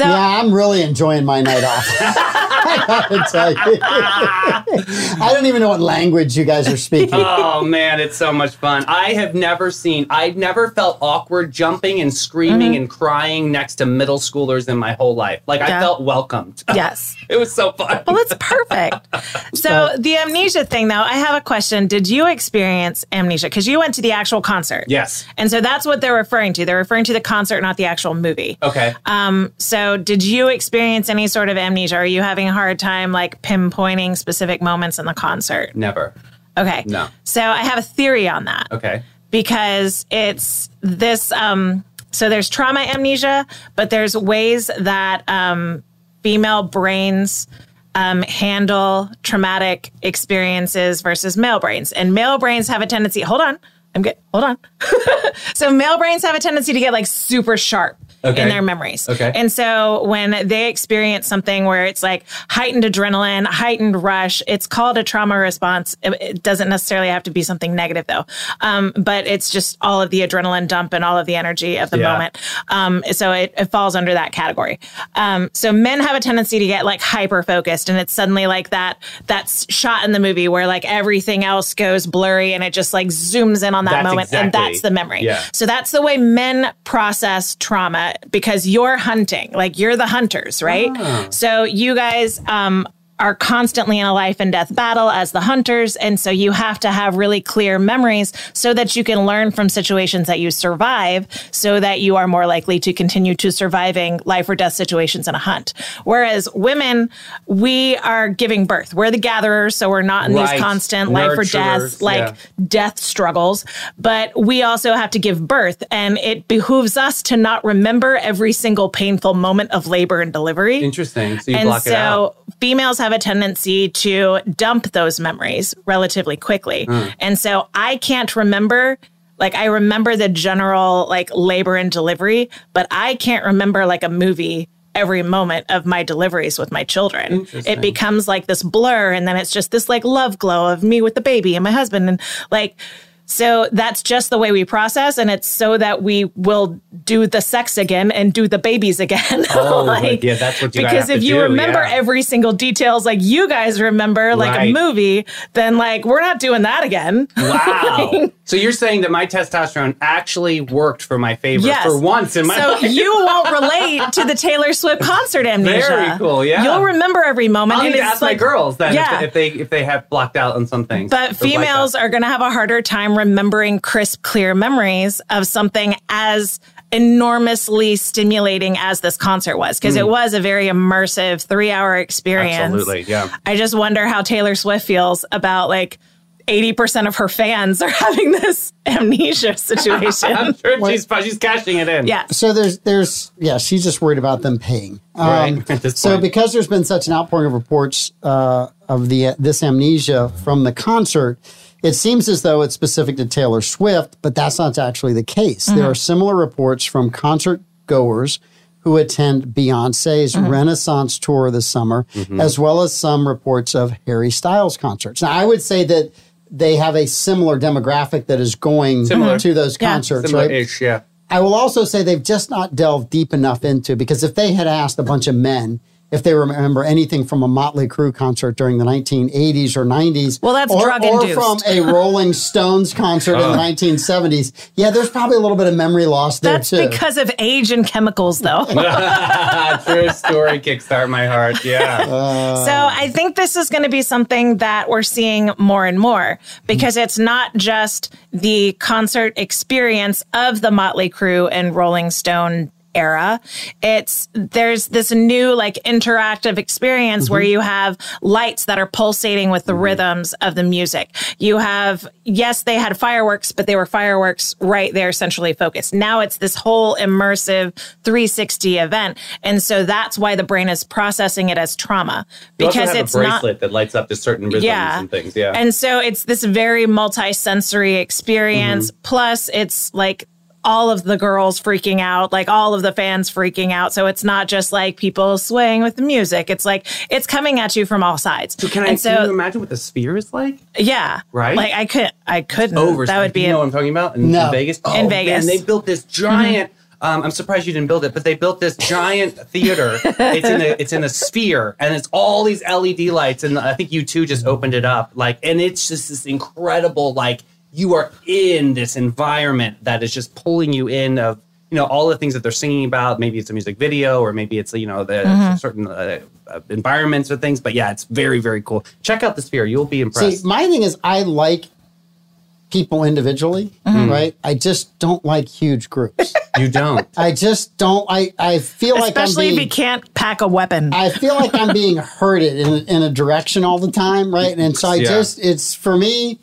Yeah, I'm really enjoying my night off. *laughs* I gotta tell you. *laughs* I don't even know what language you guys are speaking. oh man, it's so much fun. I have never seen, I've never felt awkward jumping and screaming and crying next to middle schoolers in my whole life. Like Mm-hmm. Yeah. I felt welcomed. *laughs* yes. It was so fun. Well, it's perfect. So, the amnesia thing, though, I have a question. Did you experience amnesia? Because you went to the actual concert. Yes. And so that's what they're referring to. They're referring to the concert, not the actual movie. Okay. Um, so, did you experience any sort of amnesia? Are you having a hard time like pinpointing specific moments in the concert? Never. Okay. No. So, I have a theory on that. Okay. because it's this um so there's trauma amnesia but there's ways that um female brains um, handle traumatic experiences versus male brains and male brains have a tendency hold on i'm good hold on *laughs* so male brains have a tendency to get like super sharp Okay. in their memories Okay. and so when they experience something where it's like heightened adrenaline, heightened rush, it's called a trauma response. It, it doesn't necessarily have to be something negative though. Um, but it's just all of the adrenaline dump and all of the energy of the Yeah. moment. Um, so it, it falls under that category. Um, so men have a tendency to get like hyper focused and it's suddenly like that, that s- shot in the movie where like everything else goes blurry and it just like zooms in on that That's moment. And exactly- that's the memory. yeah. So that's the way men process Ah. trauma because you're hunting, like you're the hunters, right? So you guys um, are constantly in a life and death battle as the hunters. And so you have to have really clear memories so that you can learn from situations that you survive so that you are more likely to continue to surviving life or death situations in a hunt. Whereas women, we are giving birth. We're the gatherers. So we're not in Right. these constant life or Nurturers, death, like yeah. death struggles, but we also have to give birth. And it behooves us to not remember every single painful moment of labor and delivery. Interesting. So you And block it out. so females have a tendency to dump those memories relatively quickly. Hmm. And so I can't remember like I remember the general like labor and delivery, but I can't remember like a movie every moment of my deliveries with my children. It becomes like this blur and then it's just this like love glow of me with the baby and my husband and like so that's just the way we process and it's so that we will do the sex again and do the babies again. *laughs* Oh, yeah, that's what you gotta Because have if to you do, remember yeah. every single details like you guys remember like Right. a movie, then like we're not doing that again. Wow. so you're saying that my testosterone actually worked for my favor Yes. for once in my so *laughs* life. you won't relate to the Taylor Swift concert amnesia. Very cool, yeah. You'll remember every moment. I'll need and to it's ask like- my girls then if yeah. they- if they if they have blocked out on some things. But Or blacked out. females are going to have a harder time remembering crisp, clear memories of something as enormously stimulating as this concert was, because it was a very immersive three hour experience. Hmm. Absolutely, yeah. I just wonder how Taylor Swift feels about like 80% of her fans are *laughs* having this amnesia situation. *laughs* I'm sure she's, she's cashing it in. yeah. So there's there's yeah, she's just worried about them paying. Um, Right, at this so point. because there's been such an outpouring of reports uh, of the this amnesia from the concert, it seems as though it's specific to Taylor Swift, but that's not actually the case. There are similar reports from concert goers who attend Beyonce's Renaissance tour this summer, Mm-hmm. as well as some reports of Harry Styles concerts. Now, I would say that they have a similar demographic that is going Similar. to those Yeah. concerts, right? Similar-ish, yeah. I will also say they've just not delved deep enough into because if they had asked a bunch of men if they remember anything from a Motley Crue concert during the 1980s or 90s, Well, that's or, or drug-induced. from a Rolling Stones concert in the 1970s, yeah, there's probably a little bit of memory loss there That's too. because of age and chemicals, though. *laughs* True story, kickstart my *laughs* heart. Yeah. So I think this is going to be something that we're seeing more and more because it's not just the concert experience of the Motley Crue and Rolling Stone era. It's there's this new like interactive experience where you have lights that are pulsating with Mm-hmm. the rhythms of the music. You have yes, they had fireworks, but they were fireworks right there centrally focused. Now it's this whole immersive 360 event. And so that's why the brain is processing it as trauma You also because have it's a not bracelet that lights up to certain rhythms yeah. and things. Yeah. And so it's this very multi-sensory experience. Mm-hmm. Plus it's like all of the girls freaking out, like all of the fans freaking out. So it's not just like people swaying with the music. It's like it's coming at you from all sides. so can I and can you so imagine what the sphere is like? yeah. Right? Like I could I couldn't Over. that would be you know what I'm talking about in, No. in Vegas. Oh, In Vegas. Mm-hmm. man, they built this giant. Um, I'm surprised you didn't build it, but they built this giant *laughs* theater. It's in a it's in a sphere, and it's all these LED lights. And I think you two just opened it up, like, and it's just this incredible, like, you are in this environment that is just pulling you in of you know all the things that they're singing about. Maybe it's a music video, or maybe it's you know the Mm-hmm. certain uh, uh, environments or things. But yeah, it's very very cool. Check out the sphere; you'll be impressed. See, my thing is I like people individually, right? I just don't like huge groups. you don't. I just don't. I I feel like I'm especially being, if you can't pack a weapon. I feel like I'm *laughs* being herded in, in a direction all the time, right? And so I Yeah. just, it's for me,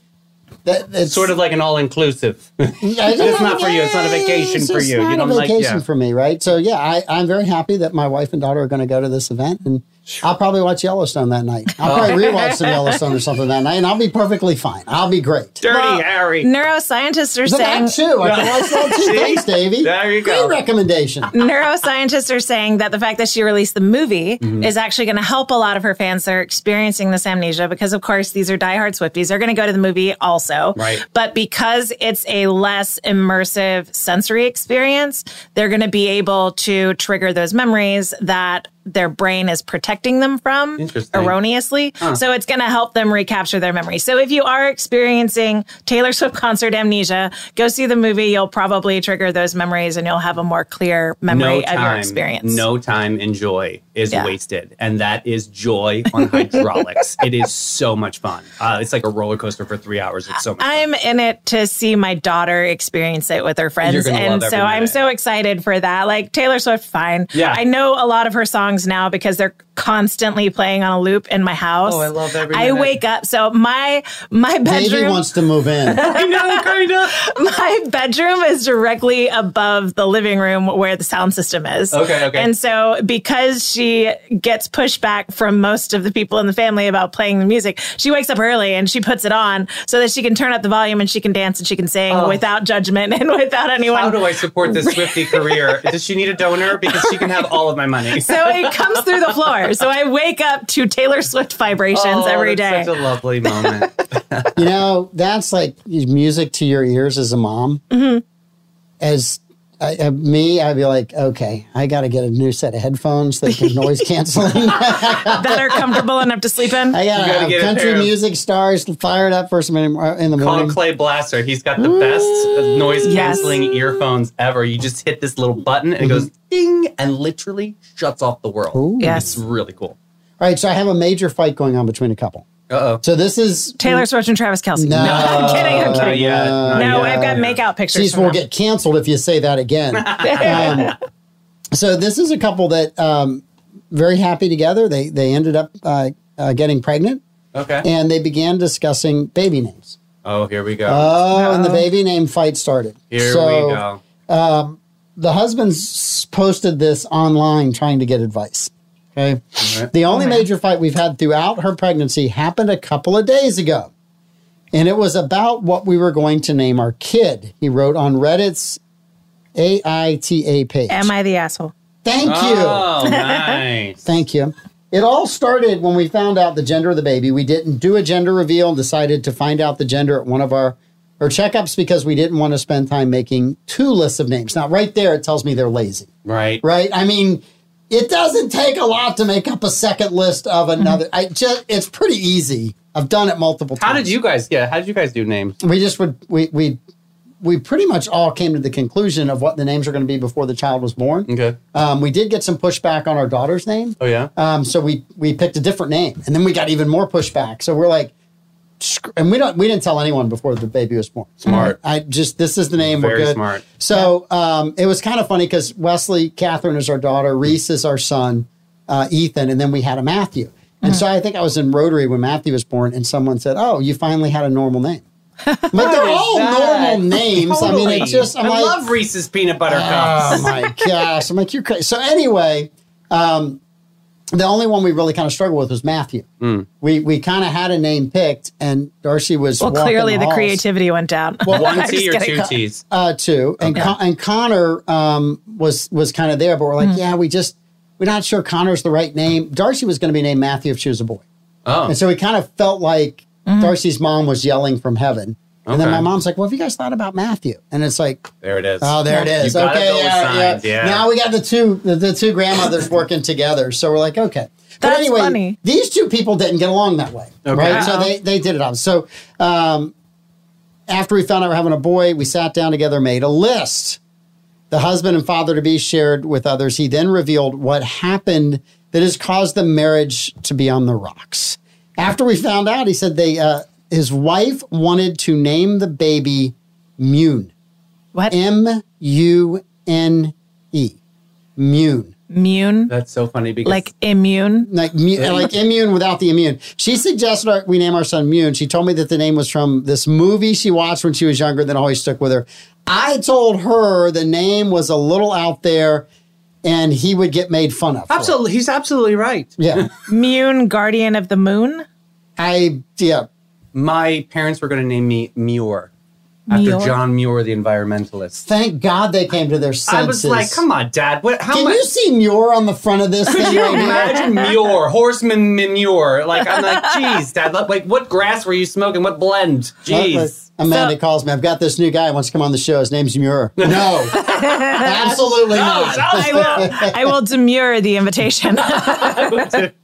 that it's sort of like an all *laughs* inclusive. it's not for you. It's not a vacation for you. You It's not don't a like- vacation yeah. for me, right? So yeah, I, I'm very happy that my wife and daughter are going to go to this event, and I'll probably watch Yellowstone that night. I'll probably Oh. rewatch some Yellowstone or something that night, and I'll be perfectly fine. I'll be great. Dirty Well, Harry. Neuroscientists are So saying that too. I can watch that *laughs* too. Thanks, Davey. There you Great go. recommendation. neuroscientists are saying that the fact that she released the movie is actually going to help a lot of her fans that are experiencing this amnesia because, of course, these are diehard Swifties. They're going to go to the movie also. Right. But because it's a less immersive sensory experience, they're going to be able to trigger those memories that their brain is protecting them from Interesting. erroneously. So it's going to help them recapture their memory. So if you are experiencing Taylor Swift concert amnesia, go see the movie. You'll probably trigger those memories and you'll have a more clear memory no of your time, experience. no time and joy is Yeah. wasted, and that is joy *laughs* on hydraulics. it is so much fun. Uh, it's like a roller coaster for three hours. It's so much. fun. I'm in it to see my daughter experience it with her You're friends. gonna And love every so I'm minute. so excited for that. Like Taylor Swift, fine. Yeah. I know a lot of her songs now because they're constantly playing on a loop in my house. Oh, I love every I minute. wake up. So my my Davey bedroom wants to move in. *laughs* I know, kind of. my bedroom is directly above the living room where the sound system is. Okay, okay. And so because she gets pushback from most of the people in the family about playing the music, she wakes up early and she puts it on so that she can turn up the volume and she can dance and she can sing without judgment and *laughs* without anyone. Oh. How do I *laughs* support this Swifty career? Does she need a donor? Because she can have all of my money. so *laughs* it comes through the floor. So I wake up to Taylor Swift vibrations Oh, every day. that's Such a *laughs* lovely moment. You know, that's like music to your ears as a mom. Mm-hmm. As I, uh, me, I'd be like, okay, I got to get a new set of headphones that can *laughs* noise canceling. that are comfortable enough to sleep in. I got gotta to have get a country pair of- music stars fired up first minute in the Call morning. Clay Blaster. He's got the best noise canceling earphones ever. You just hit this little button and it goes Mm-hmm. ding and literally shuts off the world. It's yes. really cool. All right, so I have a major fight going on between a couple. Uh oh. So uh, this is Taylor Swift and Travis Kelsey. No. *laughs* I'm kidding. I'm kidding. Uh, yeah. No, I've got makeout pictures. These from will them. get canceled if you say that *laughs* again. Um, so this is a couple that um, very happy together. They they ended up uh, uh, getting pregnant Okay. and they began discussing baby names. oh, here we go. Oh, and the baby name fight started. here so we go. The husband's posted this online trying to get advice. Okay. right. The only Okay. major fight we've had throughout her pregnancy happened a couple of days ago. And it was about what we were going to name our kid. He wrote on Reddit's AITA page. Am I the asshole? Thank you. *laughs* Oh, nice. Thank you. It all started when we found out the gender of the baby. We didn't do a gender reveal and decided to find out the gender at one of our or checkups because we didn't want to spend time making two lists of names. Now, right there, it tells me they're lazy, Right. right? I mean, it doesn't take a lot to make up a second list of Mm-hmm. another. I just it's pretty easy. I've done it multiple How times. did you guys? Yeah. How did you guys do names? We just would we we we pretty much all came to the conclusion of what the names are going to be before the child was born. Okay. Um, we did get some pushback on our daughter's name. Oh yeah. Um, so we we picked a different name, and then we got even more pushback. So we're like, sc- and we don't we didn't tell anyone before the baby was born. Smart. I just this is the name. Very we're good. smart. So um, it was kind of funny because Wesley, Catherine is our daughter, Reese is our son, uh, Ethan, and then we had a Matthew. And Mm. so I think I was in Rotary when Matthew was born, and someone said, "Oh, you finally had a normal *laughs* name." But they're all that? normal names. I mean, Totally. it's just I'm I like, love Reese's peanut butter Um, cups. Oh my gosh. I'm like, you're crazy. So anyway, um, the only one we really kind of struggled with was Matthew. Hmm. We we kind of had a name picked, and Darcy was Well, walking clearly the halls, creativity went down. *laughs* *laughs* One I'm T just or kidding. two T's? uh, too, and Con- and Connor um, was was kind of there, but we're Hmm. like, yeah, we just we're not sure Connor's the right name. Darcy was going to be named Matthew if she was a boy, Oh. and so we kind of felt like Mm-hmm. Darcy's mom was yelling from heaven. And then Okay. my mom's like, "Well, have you guys thought about Matthew?" And it's like, There it is. Oh, there it is. You gotta okay, go with yeah, signs, yeah. yeah. Now we got the two the, the two grandmothers *laughs* working together. So we're like, okay. but That's anyway, funny. these two people didn't get along that way, Okay. right? So Uh-oh. they they did it off. So um, after we found out we're having a boy, we sat down together, made a list. The husband and father to be shared with others. He then revealed what happened that has caused the marriage to be on the rocks. After we found out, he said they uh, his wife wanted to name the baby Mune. What? M U N E. Mune. Immune? That's so funny because Like immune? Like, mu- like immune without the immune. She suggested our, we name our son Mune. She told me that the name was from this movie she watched when she was younger that always stuck with her. I told her the name was a little out there and he would get made fun of. for it. absolutely, he's absolutely right. Yeah. Immune guardian of the moon? I, yeah. My parents were going to name me Muir after Muir? John Muir, the environmentalist. Thank God they came to their senses. I was like, come on, Dad. What? How Can much? you see Muir on the front *laughs* of this thing right now? *laughs* Imagine Muir, horseman manure. Like I'm like, geez, Dad. Like, what grass were you smoking? What blend? Like, Jeez. Amanda So- calls me. I've got this new guy who wants to come on the show. His name's Muir. No, absolutely not. I *laughs* will. I will demur the invitation. *laughs*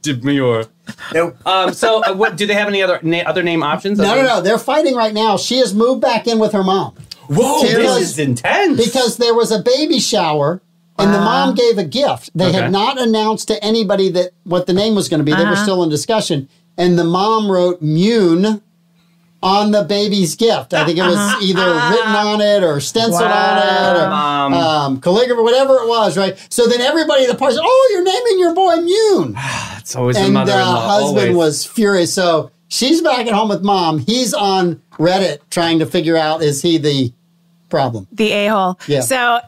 Demure. Nope. Um, so, uh, what do they have any other na- other name options? No, no, no. They're fighting right now. She has moved back in with her mom Whoa, Because- this is intense. because there was a baby shower and the mom gave a gift. They Okay. had not announced to anybody that what the name was going to be. They were still in discussion. And the mom wrote Mune on the baby's gift. I think it was either written on it or stenciled on it or Wow. um, calligraphy, whatever it was, right? So then everybody at the party said, Oh, you're naming your boy *sighs* Mune. it's always the and the mother-in-law. husband always. was furious. So she's back at home with mom. He's on Reddit trying to figure out is he the problem? the a hole. Yeah. So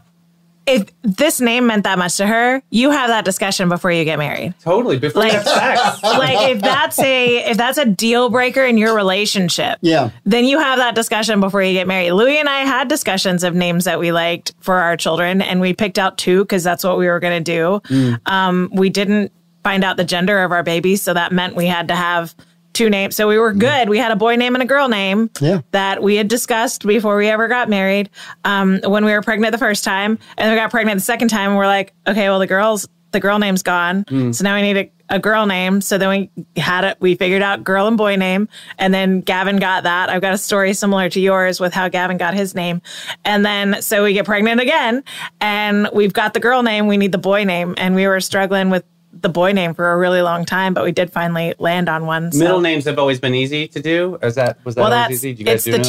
if this name meant that much to her, you have that discussion before you get married. totally before Like- you have sex. *laughs* Like if that's a if that's a deal breaker in your relationship. Yeah. Then you have that discussion before you get married. Louis and I had discussions of names that we liked for our children, and we picked out two because that's what we were going to do. Mm. Um, we didn't find out the gender of our baby, so that meant we had to have two names. So we were good. We had a boy name and a girl name Mm. Yeah. that we had discussed before we ever got married. Um, when we were pregnant the first time, and we got pregnant the second time, we're like, okay, well the girls, the girl name's gone, Hmm. so now we need a, a girl name. So then we had it. We figured out girl and boy name, and then Gavin got that. I've got a story similar to yours with how Gavin got his name, and then so we get pregnant again, and we've got the girl name. We need the boy name, and we were struggling with the boy name for a really long time, but we did finally land on one. So. Middle names have always been easy to do. Or is that was that Well, always that's easy? Do you guys it's do the that?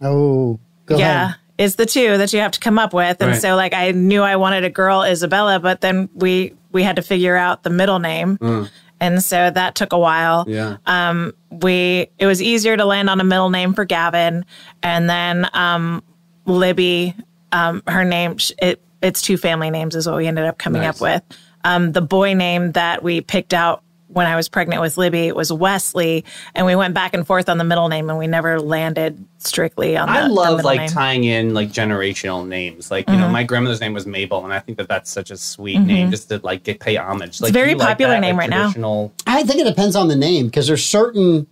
two Oh, go yeah ahead. it's the two that you have to come up with and Right. so like i knew i wanted a girl isabella but then we we had to figure out the middle name and so that took a while Mm. Yeah. we it was easier to land on a middle name for gavin and then um libby um her name sh- it it's two family names is what we ended up coming Nice. up with um the boy name that we picked out when I was pregnant with Libby was Wesley, and we went back and forth on the middle name, and we never landed strictly on. The, I the love middle like name. tying in like generational names. Like you know, Mm-hmm. my grandmother's name was Mabel, and I think that that's such a sweet name just to like get pay homage. It's like, a Mm-hmm. very do you like popular that, name like, right now. traditional- I think it depends on the name because there's certain.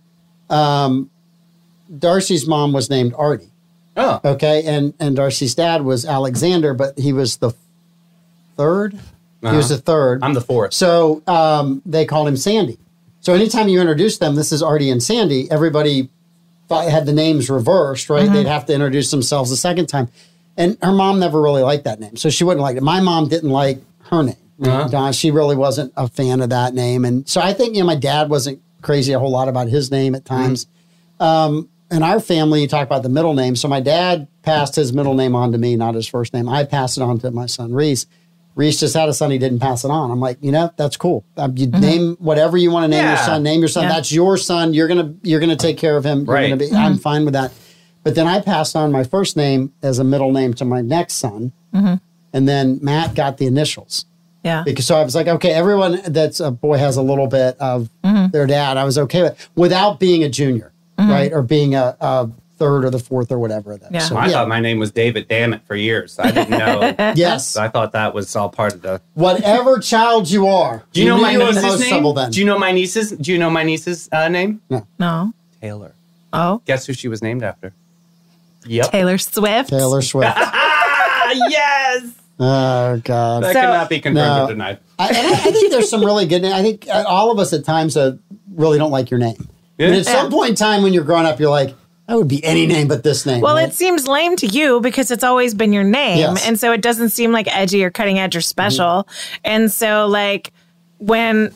Um, Darcy's mom was named Artie, Oh, okay, and and Darcy's dad was Alexander, but he was the 3rd He was the third. Uh-huh. I'm the fourth. So um, they called him Sandy. So anytime you introduce them, this is Artie and Sandy. Everybody thought, had the names reversed, right? They'd have to introduce themselves the second time. And her mom never really liked that name, so she wouldn't like it. My mom didn't like her name. Don, she really wasn't a fan of that name, and so I think you know my dad wasn't crazy a whole lot about his name at times. Um, in our family, you talk about the middle name. So my dad passed his middle name on to me, not his first name. I passed it on to my son Reese. Reese just had a son. He didn't pass it on. I'm like, you know, that's cool. Um, you name whatever you want to name your Yeah. son. Name your son. Yeah. That's your son. You're gonna you're gonna take care of him. You're Right. Mm-hmm. gonna be- I'm fine with that. But then I passed on my first name as a middle name to my next son, Mm-hmm. and then Matt got the initials yeah. because so I was like, okay, everyone that's a boy has a little bit of Mm-hmm. their dad. I was okay with without being a junior, right, or being a, a third or the fourth or whatever. That. Yeah. So, I thought my name was David. Damn it, for years I *laughs* didn't know. yes, I thought that was all part of the. *laughs* whatever child you are, Do you know knew my you were the niece's most name? trouble Then. Do you know my niece's? Do you know my niece's uh, name? No. Taylor. Oh, Guess who she was named after? Yep. Taylor Swift. Taylor Swift. Ah, *laughs* yes. *laughs* oh God. That So- cannot be confirmed No. or denied. I, and I, I think there's some really good. I think uh, all of us at times uh, really don't like your name. And Yeah. at some point in time when you're growing up, you're like, I would be any name but this name. Well, right? it seems lame to you because it's always been your name. Yes. Mm-hmm. And so it doesn't seem like edgy or cutting edge or special. And so, like, when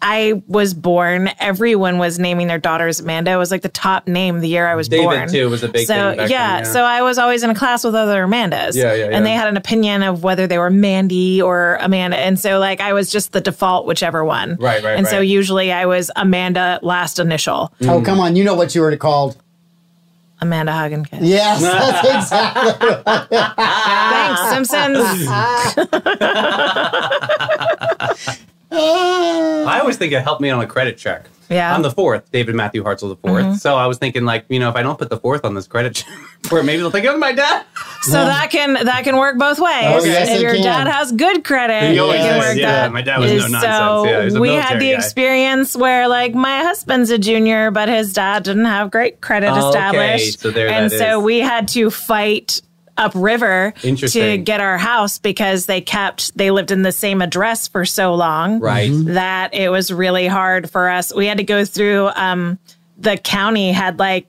I was born, everyone was naming their daughters Amanda. It was like the top name the year I was David, born. too, was a big so, thing back yeah, then, yeah. So I was always in a class with other Amandas. Yeah, yeah, yeah. And they had an opinion of whether they were Mandy or Amanda. And so, like, I was just the default, whichever one. Right, right, And so right. usually I was Amanda last initial, oh come on, you know what you were called? Amanda Hogginkiss. *laughs* Yes, that's exactly. Thanks, Simpsons. Ah. I always think it helped me on a credit check. Yeah. Mm-hmm. I'm the fourth, David Matthew Hartzell the 4th So I was thinking, like, you know, if I don't put the fourth on this credit check, *laughs* or maybe they'll think it was my dad. So that can that can work both ways. Oh, yes, if it your can. dad has good credit, He it always can does, work yeah. that. My dad was no So nonsense. Yeah, he was a we had military the guy. experience where like my husband's a junior, but his dad didn't have great credit Oh, Okay, established, so there and that so is. we had to fight upriver to Interesting. get our house because they kept they lived in the same address for so long Right. Mhm. that it was really hard for us we had to go through um the county had like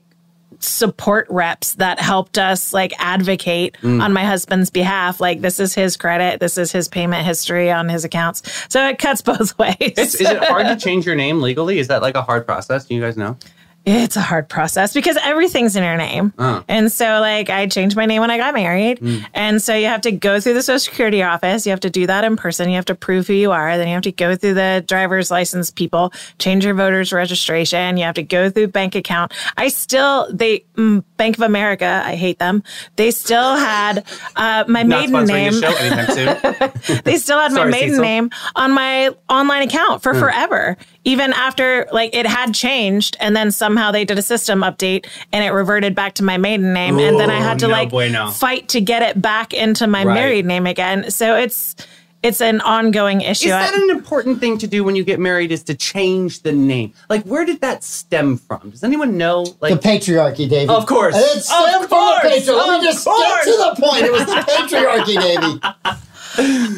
support reps that helped us like advocate on my husband's behalf like this is his credit this is his payment history on his accounts so it cuts *laughs* both ways It's, is it *laughs* hard to change your name legally? Is that like a hard process? Do you guys know? it's a hard process because everything's in your name. Uh. And so, like, I changed my name when I got married. Mm. And so, you have to go through the Social Security office. You have to do that in person. You have to prove who you are. Then, you have to go through the driver's license people, change your voter's registration. You have to go through bank account. I still, they, mm, Bank of America, I hate them. They still had uh, my Not maiden sponsoring name this show anytime *laughs* soon. *laughs* they still had my Sorry, maiden Cecil. Hmm. name on my online account for forever. Even after like it had changed and then somehow they did a system update and it reverted back to my maiden name and then I Ooh, had to no like bueno. fight to get it back into my Right. married name again. So it's it's an ongoing issue. Is that an important thing to do when you get married? Is to change the name? Like, where did that stem from? Does anyone know? The Like, patriarchy, David. Of course. And it's Of stemmed from the course. patri- Let me Of just get to the point. It was the patriarchy, *laughs* Davey.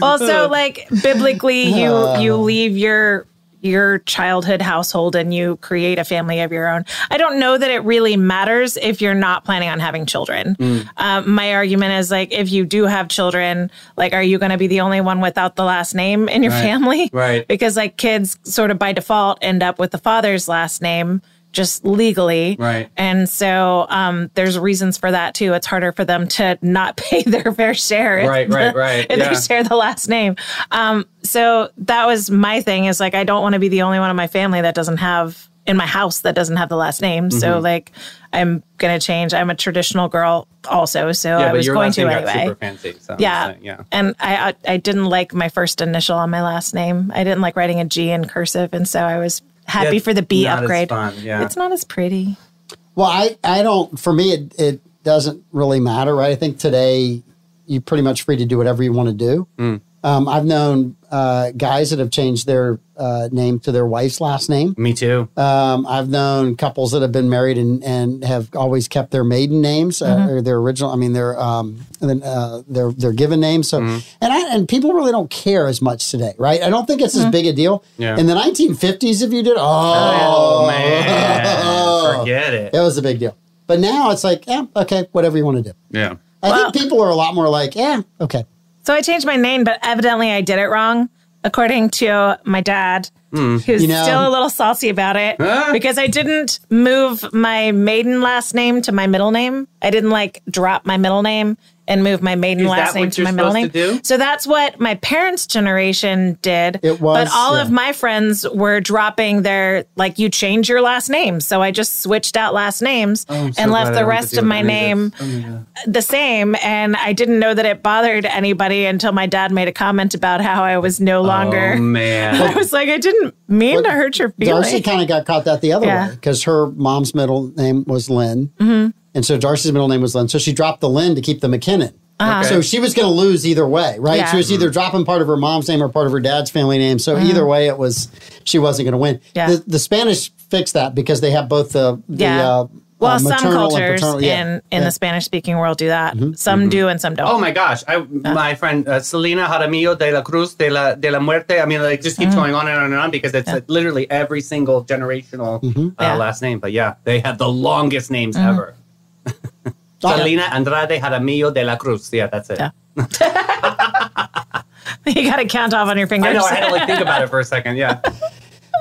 also like biblically you you Oh. leave your your childhood household and you create a family of your own i don't know that it really matters if you're not planning on having children Mm. um, my argument is like if you do have children like are you going to be the only one without the last name in your Right. family *laughs* Right. because like kids sort of by default end up with the father's last name just legally Right. and so um, there's reasons for that too it's harder for them to not *laughs* pay their fair share if *laughs* Right, the- right, right. if Yeah. they share the last name. Um, so that was my thing is like, I don't want to be the only one in my family that doesn't have in my house that doesn't have the last name. So Mm-hmm. like, I'm going to change. I'm a traditional girl also. So yeah, I but was your going last to name got anyway. super fancy. So I'm Yeah. saying, yeah. And I, I I didn't like my first initial on my last name. I didn't like writing a G in cursive. And so I was happy it's for the B not as upgrade. fun, yeah. It's not as pretty. Well, I, I don't, for me, it, it doesn't really matter, right? I think today you're pretty much free to do whatever you want to do. Mm. Um, I've known uh, guys that have changed their uh, name to their wife's last name. Me too. Um, I've known couples that have been married and, and have always kept their maiden names uh, Mm-hmm. or their original. I mean, their um, and then, uh, their their given names. So Mm-hmm. and I, and people really don't care as much today, right? I don't think it's as big a deal. Mm-hmm. Yeah. In the 1950s, if you did, oh, Oh, man. Forget *laughs* it. it was a big deal. But now it's like, yeah, okay, whatever you want to do. Yeah. I Well- think people are a lot more like, yeah, okay. So I changed my name, but evidently I did it wrong, according to my dad, who's You know- still a little salty about it Hmm. Huh? because I didn't move my maiden last name to my middle name. I didn't like drop my middle name and move my maiden Is that last name what to my you're middle name. supposed to do? So that's what my parents' generation did. It was, but all yeah. of my friends were dropping their like you change your last name. So I just switched out last names Oh, I'm so and glad left I the don't have to rest deal of with my any this. name Oh, my God. the same and I didn't know that it bothered anybody until my dad made a comment about how I was no longer Oh, I man. *laughs* was like *laughs* I didn't mean to But hurt your feelings. Darcy kind of got caught that the other Yeah. Mm-hmm. way because her mom's middle name was Lynn. And so Darcy's middle name was Lynn. So she dropped the Lynn to keep the McKinnon. Okay. So she was going to lose either way, right? Uh-huh. Yeah. Uh-huh. She was either dropping part of her mom's name or part of her dad's family name. So either way, it was she wasn't going to win. Yeah. The, the Spanish fixed that because they have both the, the yeah. uh, well, uh, some maternal and cultures paternal- in yeah, in yeah. Mm-hmm. the Spanish speaking world do that. Some do and some don't. Oh my gosh! I, my friend uh, Selena Jaramillo de la Cruz de la de la Muerte. I mean, like just Uh. keeps going on and on and on because it's like, literally every single generational Mm-hmm. uh, Yeah. last name. But yeah, they had the longest names ever. Oh, Selena Andrade Jaramillo de la Cruz. Yeah, that's it. Yeah. *laughs* you got to count off on your fingers. I know. I had to like *laughs* think about it for a second. Yeah.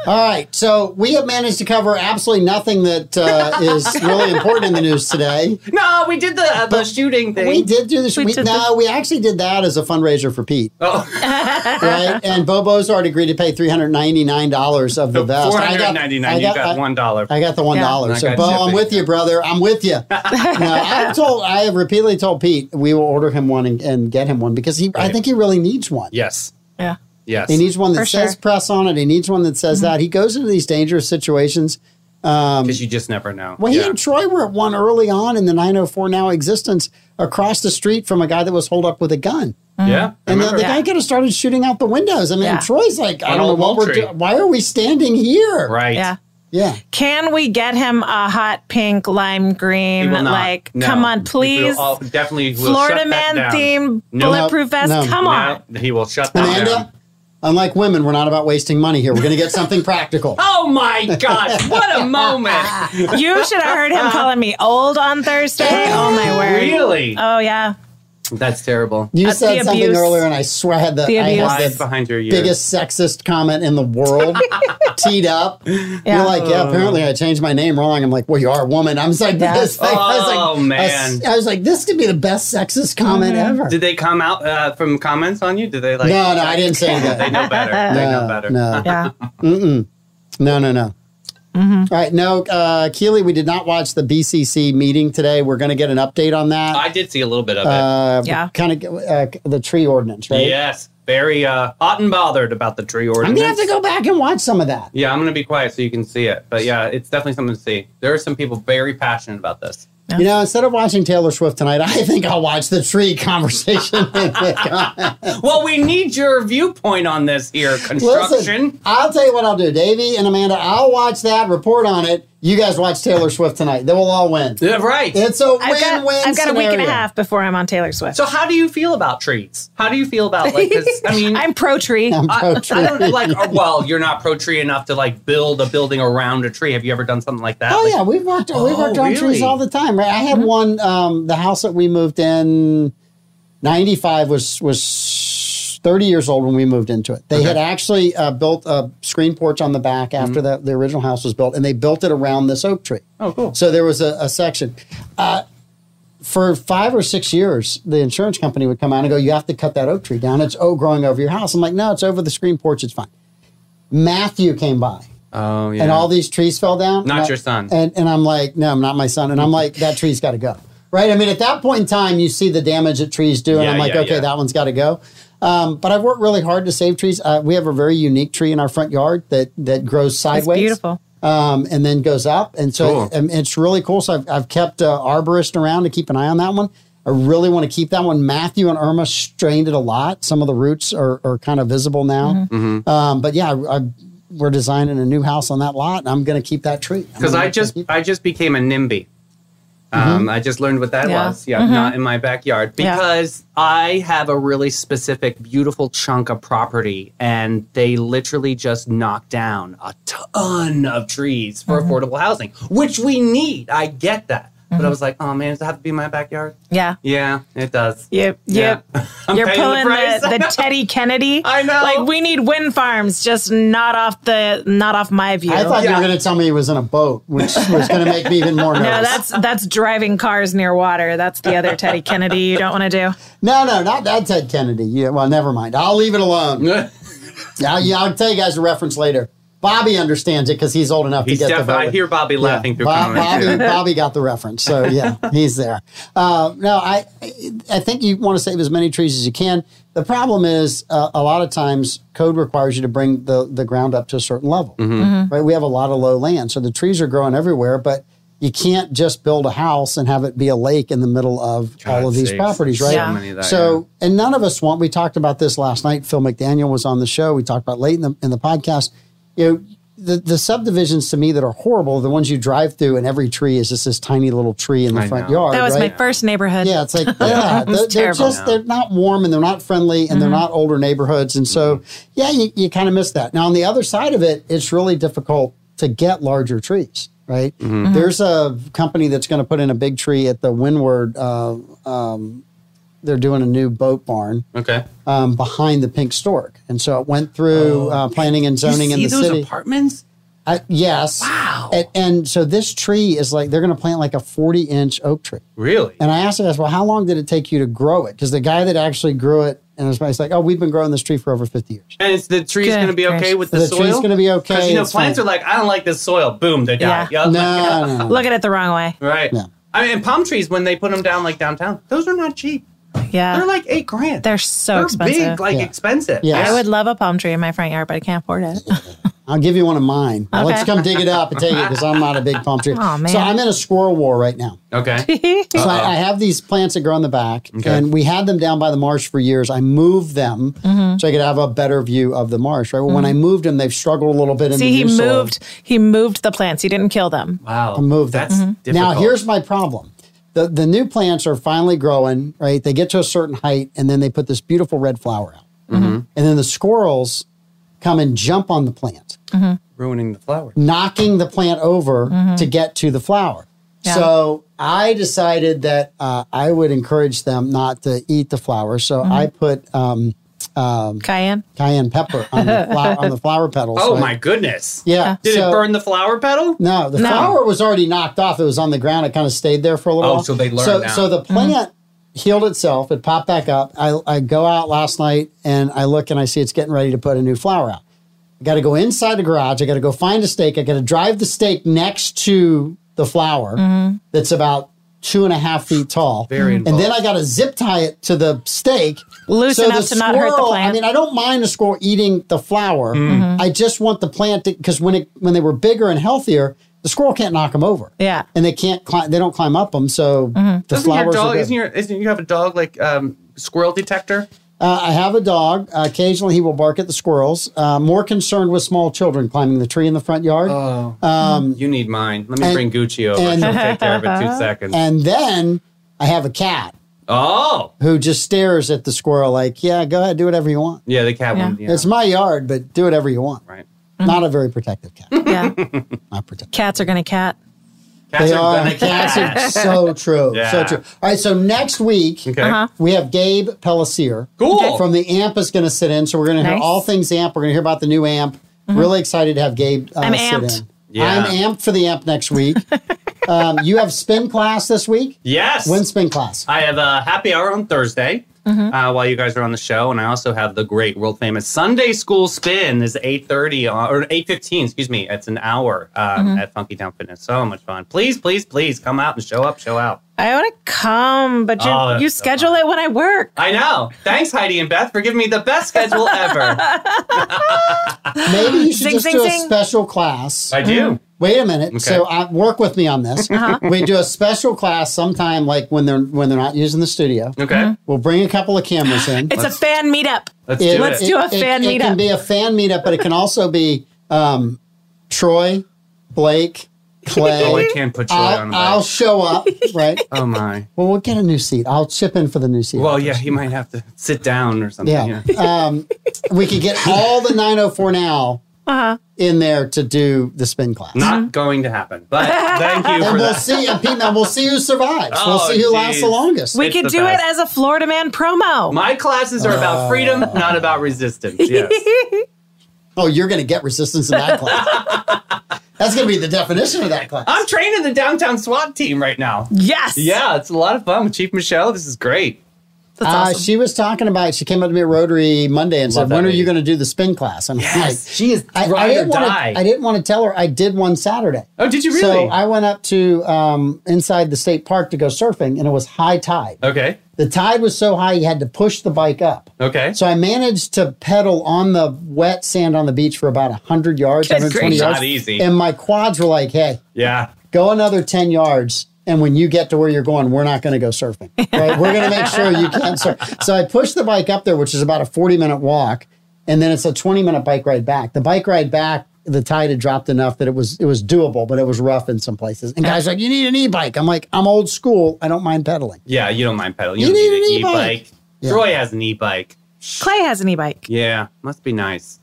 All right. So we have managed to cover absolutely nothing that uh, is really important in the news today. no, we did the uh, the shooting thing. We did do this. We We, did no, we actually did that as a fundraiser for Pete, Oh, *laughs* right? and Bob Ozard agreed to pay three hundred ninety nine dollars of the vest. four I hundred got- ninety nine. I You got I- one dollar. I got the one dollar. And I So, got Bo, I'm shipping. with you, brother. I'm with *laughs* you. no, I've told, I have repeatedly told Pete we will order him one and, and get him one because he, I Right. think he really needs one. Yes. *laughs* yeah. Yes. He needs one that For says sure. Mm-hmm. press on it. He needs one that says that. He goes into these dangerous situations. Because you just never know. Well, he yeah. and Troy were at one early on in the 904 now existence across the street from a guy that was holed up with a gun. yeah. I And the, remember. the Yeah. guy could have started shooting out the windows. I mean, Yeah. Troy's like, I don't And know Old what we're Moultrie. doing. Why are we standing here? Right. Yeah. Yeah. Can we get him a hot pink lime He green? will not. Like, No. come on, We will please. all- definitely. will Florida shut man that down. theme No. bulletproof vest. No. Come on. No, he will shut that down. Amanda, unlike women, we're not about wasting money here. We're going to get *laughs* something *laughs* practical. Oh my God! What a moment! You should have *laughs* heard him calling me old on Thursday. Oh my word. Really? Oh yeah. That's terrible. You Uh, said the something abuse. earlier, and I swear I had the, The I abuse. had Lies the behind your ears. biggest sexist comment in the *laughs* world teed up. You're Yeah. like, yeah, apparently I changed my name wrong. I'm like, well, you are a woman. I'm just like, Yeah. this thing. I was like, Oh, man. I was like, this could be the best sexist comment Mm-hmm. ever. Did they come out uh, from comments on you? Did they like? no, no, I didn't *laughs* say They that. know better. they know better. Uh, no, *laughs* Yeah. no, no, no. Mm-hmm. All right, no, uh, Keely, we did not watch the BCC meeting today. We're going to get an update on that. I did see a little bit of it. uh, Yeah. Kind of uh, the tree ordinance, right? Yes, very uh, hot and bothered about the tree I'm ordinance. going to have to go back and watch some of that. Yeah, I'm gonna be quiet so you can see it. But yeah, it's definitely something to see. There are some people very passionate about this. You know, instead of watching Taylor Swift tonight, *laughs* I think I'll watch the tree conversation. *laughs* Well, we need your viewpoint on this here construction. Listen, I'll tell you what I'll do, Davey and Amanda. I'll watch that, report on it. You guys watch Taylor Swift tonight. Then we'll all win. Yeah, right. It's a win-win I've got, I've got a week and a half before I'm on Taylor Swift. so, how do you feel about trees? How do you feel about like this? I mean, I'm pro tree. I, I don't know, like. uh, Well, you're not pro tree enough to like build a building around a tree. Have you ever done something like that? Oh Like, yeah, we've worked we've worked Oh, on trees really? Mm-hmm. all the time, right? I had one um, the house that we moved in ninety five was was thirty years old when we moved into it. They had actually uh, built a screen porch on the back Mm-hmm. after the, the original house was built, and they built it around this oak tree. Oh, cool. So there was a, a section. Uh, for five or six years, the insurance company would come out and go, "You have to cut that oak tree down. It's oak growing over your house." I'm like, "No, it's over the screen porch. It's fine." Matthew came by Oh yeah. and all these trees fell down. Not And I- your son. And and I'm like, no, I'm not my son. And I'm like, that tree's got to go. Right? I mean, at that point in time, you see the damage that trees do, and Yeah, I'm like, yeah, okay, yeah. that one's got to go. Um, but I've worked really hard to save trees. Uh, we have a very unique tree in our front yard that that grows It's sideways, beautiful. um, and then goes up, and so Cool. um, it's really cool. So I've, I've kept uh, arborist around to keep an eye on that one. I really want to keep that one. Matthew and Irma strained it a lot. Some of the roots are, are kind of visible now. Mm-hmm. Mm-hmm. Um, but yeah, I, I, we're designing a new house on that lot, and I'm going to keep that Mm-hmm. tree I'm because gonna I keep- just keep- I just became a NIMBY. Um, I just learned what that Yeah. Mm-hmm. was. Yeah, not in my backyard Yeah. because I have a really specific, beautiful chunk of property, and they literally just knocked down a ton of trees for Mm-hmm. affordable housing, which we need. I get that, but I was like, oh man, does it have to be in my backyard? Yeah. Yeah, it does. Yep. Yep. *laughs* *laughs* I'm You're paying the pulling the, price. the, *laughs* Teddy Kennedy. I know. Like we need wind farms, just not off the not off my view. I thought you Yeah. were going to tell me he was in a boat, *laughs* which was going to make me even more nervous. no, that's that's driving cars near water. That's the other *laughs* Teddy Kennedy you don't want to do. no, no, not that Ted Kennedy. Yeah, well, never mind. I'll leave it alone. *laughs* I'll, yeah, I'll tell you guys a reference later. Bobby understands it because he's old enough He's to get def- the vote. I hear Bobby Yeah, laughing through Bob- comments. Bobby, Bobby got the reference, so *laughs* yeah, he's there. Uh, no, I I think you want to save as many trees as you can. The problem is uh, a lot of times code requires you to bring the the ground up to a certain level. Mm-hmm. Right, we have a lot of low land, so the trees are growing everywhere, but you can't just build a house and have it be a lake in the middle of all of God's these sakes. properties, right? So Yeah. many of that, So, and none of us want. We talked about this last night. Phil McDaniel was on the show. We talked about late in the in the podcast. You know, the the subdivisions to me that are horrible, are the ones you drive through, and every tree is just this tiny little tree in the I front know. yard. That was right? my first neighborhood. Yeah, *laughs* it's like yeah, they're, they're terrible. just they're not warm and they're not friendly and they're Mm-hmm. not older neighborhoods, and so yeah, you, you kind of miss that. Now on the other side of it, it's really difficult to get larger trees. Right Mm-hmm. there's a company that's going to put in a big tree at the windward. Uh, um, they're doing a new boat barn Okay. um, behind the Pink Stork, and so it went through uh, planning and Oh. You zoning see in the those city. apartments? Uh, yes. Wow. And, and so this tree is like they're going to plant like a 40 inch oak tree. Really? And I asked the guys, well, how long did it take you to grow it? Because the guy that actually grew it, and it's like, oh, we've been growing this tree for over 50 years. And it's the tree's Good going to be okay gracious. with the, The soil. tree's gonna be okay, Because you know it's plants fine. are like, I don't like this soil. Boom, they die. Yeah. Yeah. No, *laughs* no, no. Look at it the wrong way. Right. No. I mean, and palm trees when they put them down like downtown, those are not cheap. Yeah. They're like eight grand. They're so They're expensive. big, like Yeah. expensive. Yeah. I would love a palm tree in my front yard, but I can't afford *laughs* it. I'll give you one of mine. Now Let's Okay. come dig it up and take it because I'm not a big palm tree. *laughs* Aw, man. So I'm in a squirrel war right now. *laughs* Okay. So I, I have these plants that grow in the back, and we had them down by the marsh for years. I moved them Mm-hmm. so I could have a better view of the marsh. Right. Well, when I moved them, they've struggled a little bit. In See, the he new soil. moved. He moved the plants. He didn't kill them. Wow. move them. That's Mm-hmm. difficult. Now here's my problem. The the new plants are finally growing, right? They get to a certain height and then they put this beautiful red flower out. Mm-hmm. And then the squirrels come and jump on the plant, ruining the flower. Mm-hmm. knocking the plant over Mm-hmm. to get to the flower. Yeah. So I decided that uh, I would encourage them not to eat the flower. So Mm-hmm. I put um, Cayenne. cayenne pepper on the, flower, on the *laughs* flower petals. Oh right? my goodness. Yeah. Did so- it burn the flower petal? No, the No. flower was already knocked off. It was on the ground. It kind of stayed there for a little Oh, while. so they learned So, now. so the Mm-hmm. plant healed itself. It popped back up. I, I go out last night and I look and I see it's getting ready to put a new flower out. I got to go inside the garage. I got to go find a stake. I got to drive the stake next to the flower Mm-hmm. that's about two and a half feet tall. Very and then involved. I got to zip tie it to the stake. Loose so enough the to not hurt the squirrel- I plant. mean, I don't mind the squirrel eating the flower. Mm-hmm. I just want the plant because when it when they were bigger and healthier, the squirrel can't knock them over. Yeah. and they can't climb. They don't climb up them. So the Doesn't your flowers. are dog? good. Isn't your? Isn't you have a dog like um, squirrel detector? Uh, I have a dog. Uh, occasionally, he will bark at the squirrels. Uh, more concerned with small children climbing the tree in the front yard. Oh. Hmm. You need mine. Let me Oh. Um, and- bring Gucci over. and- She'll take care of it *laughs* in two seconds. and then I have a cat oh, who just stares at the squirrel like, "Yeah, go ahead, do whatever you want. yeah, the cat Yeah. one. Yeah. It's my yard, but do whatever you want." right. Not a very protective cat. Yeah. Not protective. Cats are gonna cat. Cats they are. *laughs* gonna Cats cat. are so true. Yeah. So true. All right. So next *laughs* week Okay. Uh-huh. we have Gabe Pellissier. Cool. From the amp is going to sit in. So we're going to hear Nice. Mm-hmm. all things amp. We're going to hear about the new amp. Really excited to have Gabe uh, I'm sit amped. in. Yeah. I'm amped for the amp next *laughs* week. um, you have spin class this week. Yes. When spin *gasps* class? I have a happy hour on Thursday Mm-hmm. uh, while you guys are on the show, and I also have the great world famous Sunday School Spin is eight thirty uh, or eight fifteen, excuse me. It's an hour um, Mm-hmm. at Funky Town Fitness. So much fun! Please, please, please come out and show up, show out. I want to come, but you, Oh, that's you so schedule it when I work. I know. Thanks, Heidi and Beth, for giving me the best schedule *laughs* ever. Maybe you should Zing, just zing, do a zing. special class. I do. Wait a minute. So Okay. uh, work with me on *laughs* this. Uh-huh. We do a special class sometime, like when they're when they're not using the studio. Mm-hmm. Okay, We'll bring a couple of cameras in. It's a fan meetup. let's do Let's it. do a fan it, It can meetup. be a fan meetup, but it can also be um, Troy, Blake, Oh, I Clay. can't put Troy on. I'll, the I'll show up, right? *laughs* oh my. Well, we'll get a new seat. I'll chip in for the new seat. Well, yeah, he might have to sit down or something. yeah. Um, we could get all the 904 now Uh-huh. in there to do the spin class. Not going to happen. But thank you Mm-hmm. *laughs* and for we'll that. see. And Pete, now we'll see who survives. we'll Oh, see who lasts the geez. longest. We It's could the do best. it as a Florida man promo. My classes are Uh. about freedom, not about *laughs* resistance. Yes. oh, you're going to get resistance in that class. *laughs* That's going to be the definition of that class. I'm training the downtown SWAT team right now. yes. Yeah, it's a lot of fun with Chief Michelle. This is great. That's Uh, awesome. She was talking about. She came up to me at Rotary Monday and Love said, that "When are lady. you going to do the spin class?" I'm she is like, I, I didn't want to. I didn't want to tell her. I did one Saturday. oh, did you So really? I went up to um, inside the state park to go surfing, and it was high tide. okay, The tide was so high, you had to push the bike up. okay. So I managed to pedal on the wet sand on the beach for about 100 yards, Good 120 grief. yards. Not easy. And my quads were like, hey, yeah, go another 10 yards and when you get to where you're going we're not going to go surfing right we're going to make sure you can't surf so i pushed the bike up there which is about a 40 minute walk and then it's a 20 minute bike ride back the bike ride back the tide had dropped enough that it was it was doable but it was rough in some places and guys are like you need an e-bike i'm like i'm old school i don't mind pedaling yeah. You don't mind pedaling. You, You don't need need, an an e-bike. e-bike. Yeah. Troy has an e-bike. Clay has an e-bike. Yeah, must be nice.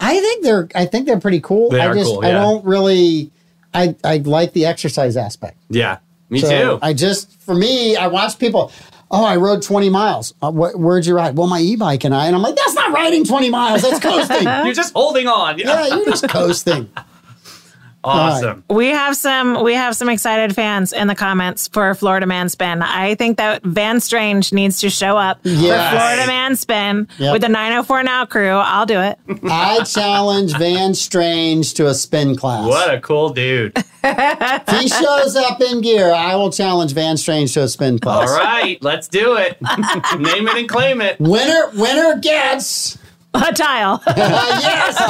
i think they're i think they're pretty cool They i are just cool, i yeah. don't really i i like the exercise aspect Yeah, me So too. I just, for me, I watch people. Oh, I rode 20 miles. Uh, wh- where'd you ride? Well, my e-bike and I. And I'm like, that's not *laughs* riding 20 miles. That's coasting. yeah, You're just holding on. Yeah. you're just coasting. *laughs* Awesome. We have some we have some excited fans in the comments for Florida Man Spin. I think that Van Strange needs to show up Yes. for Florida Man Spin Yep. with the 904 Now crew. I'll do it. *laughs* I challenge Van Strange to a spin class. What a cool dude. If he shows up in gear, I will challenge Van Strange to a spin All class. right, let's *laughs* do it. Name it and claim it. Winner, winner gets. A tile. *laughs* Uh, yes. All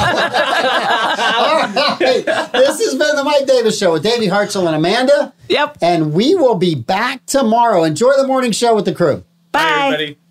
right. This has been the Mike Davis Show with Davey Hartzell and Amanda, yep. and we will be back tomorrow. Enjoy the morning show with the crew. Bye. Hi, everybody.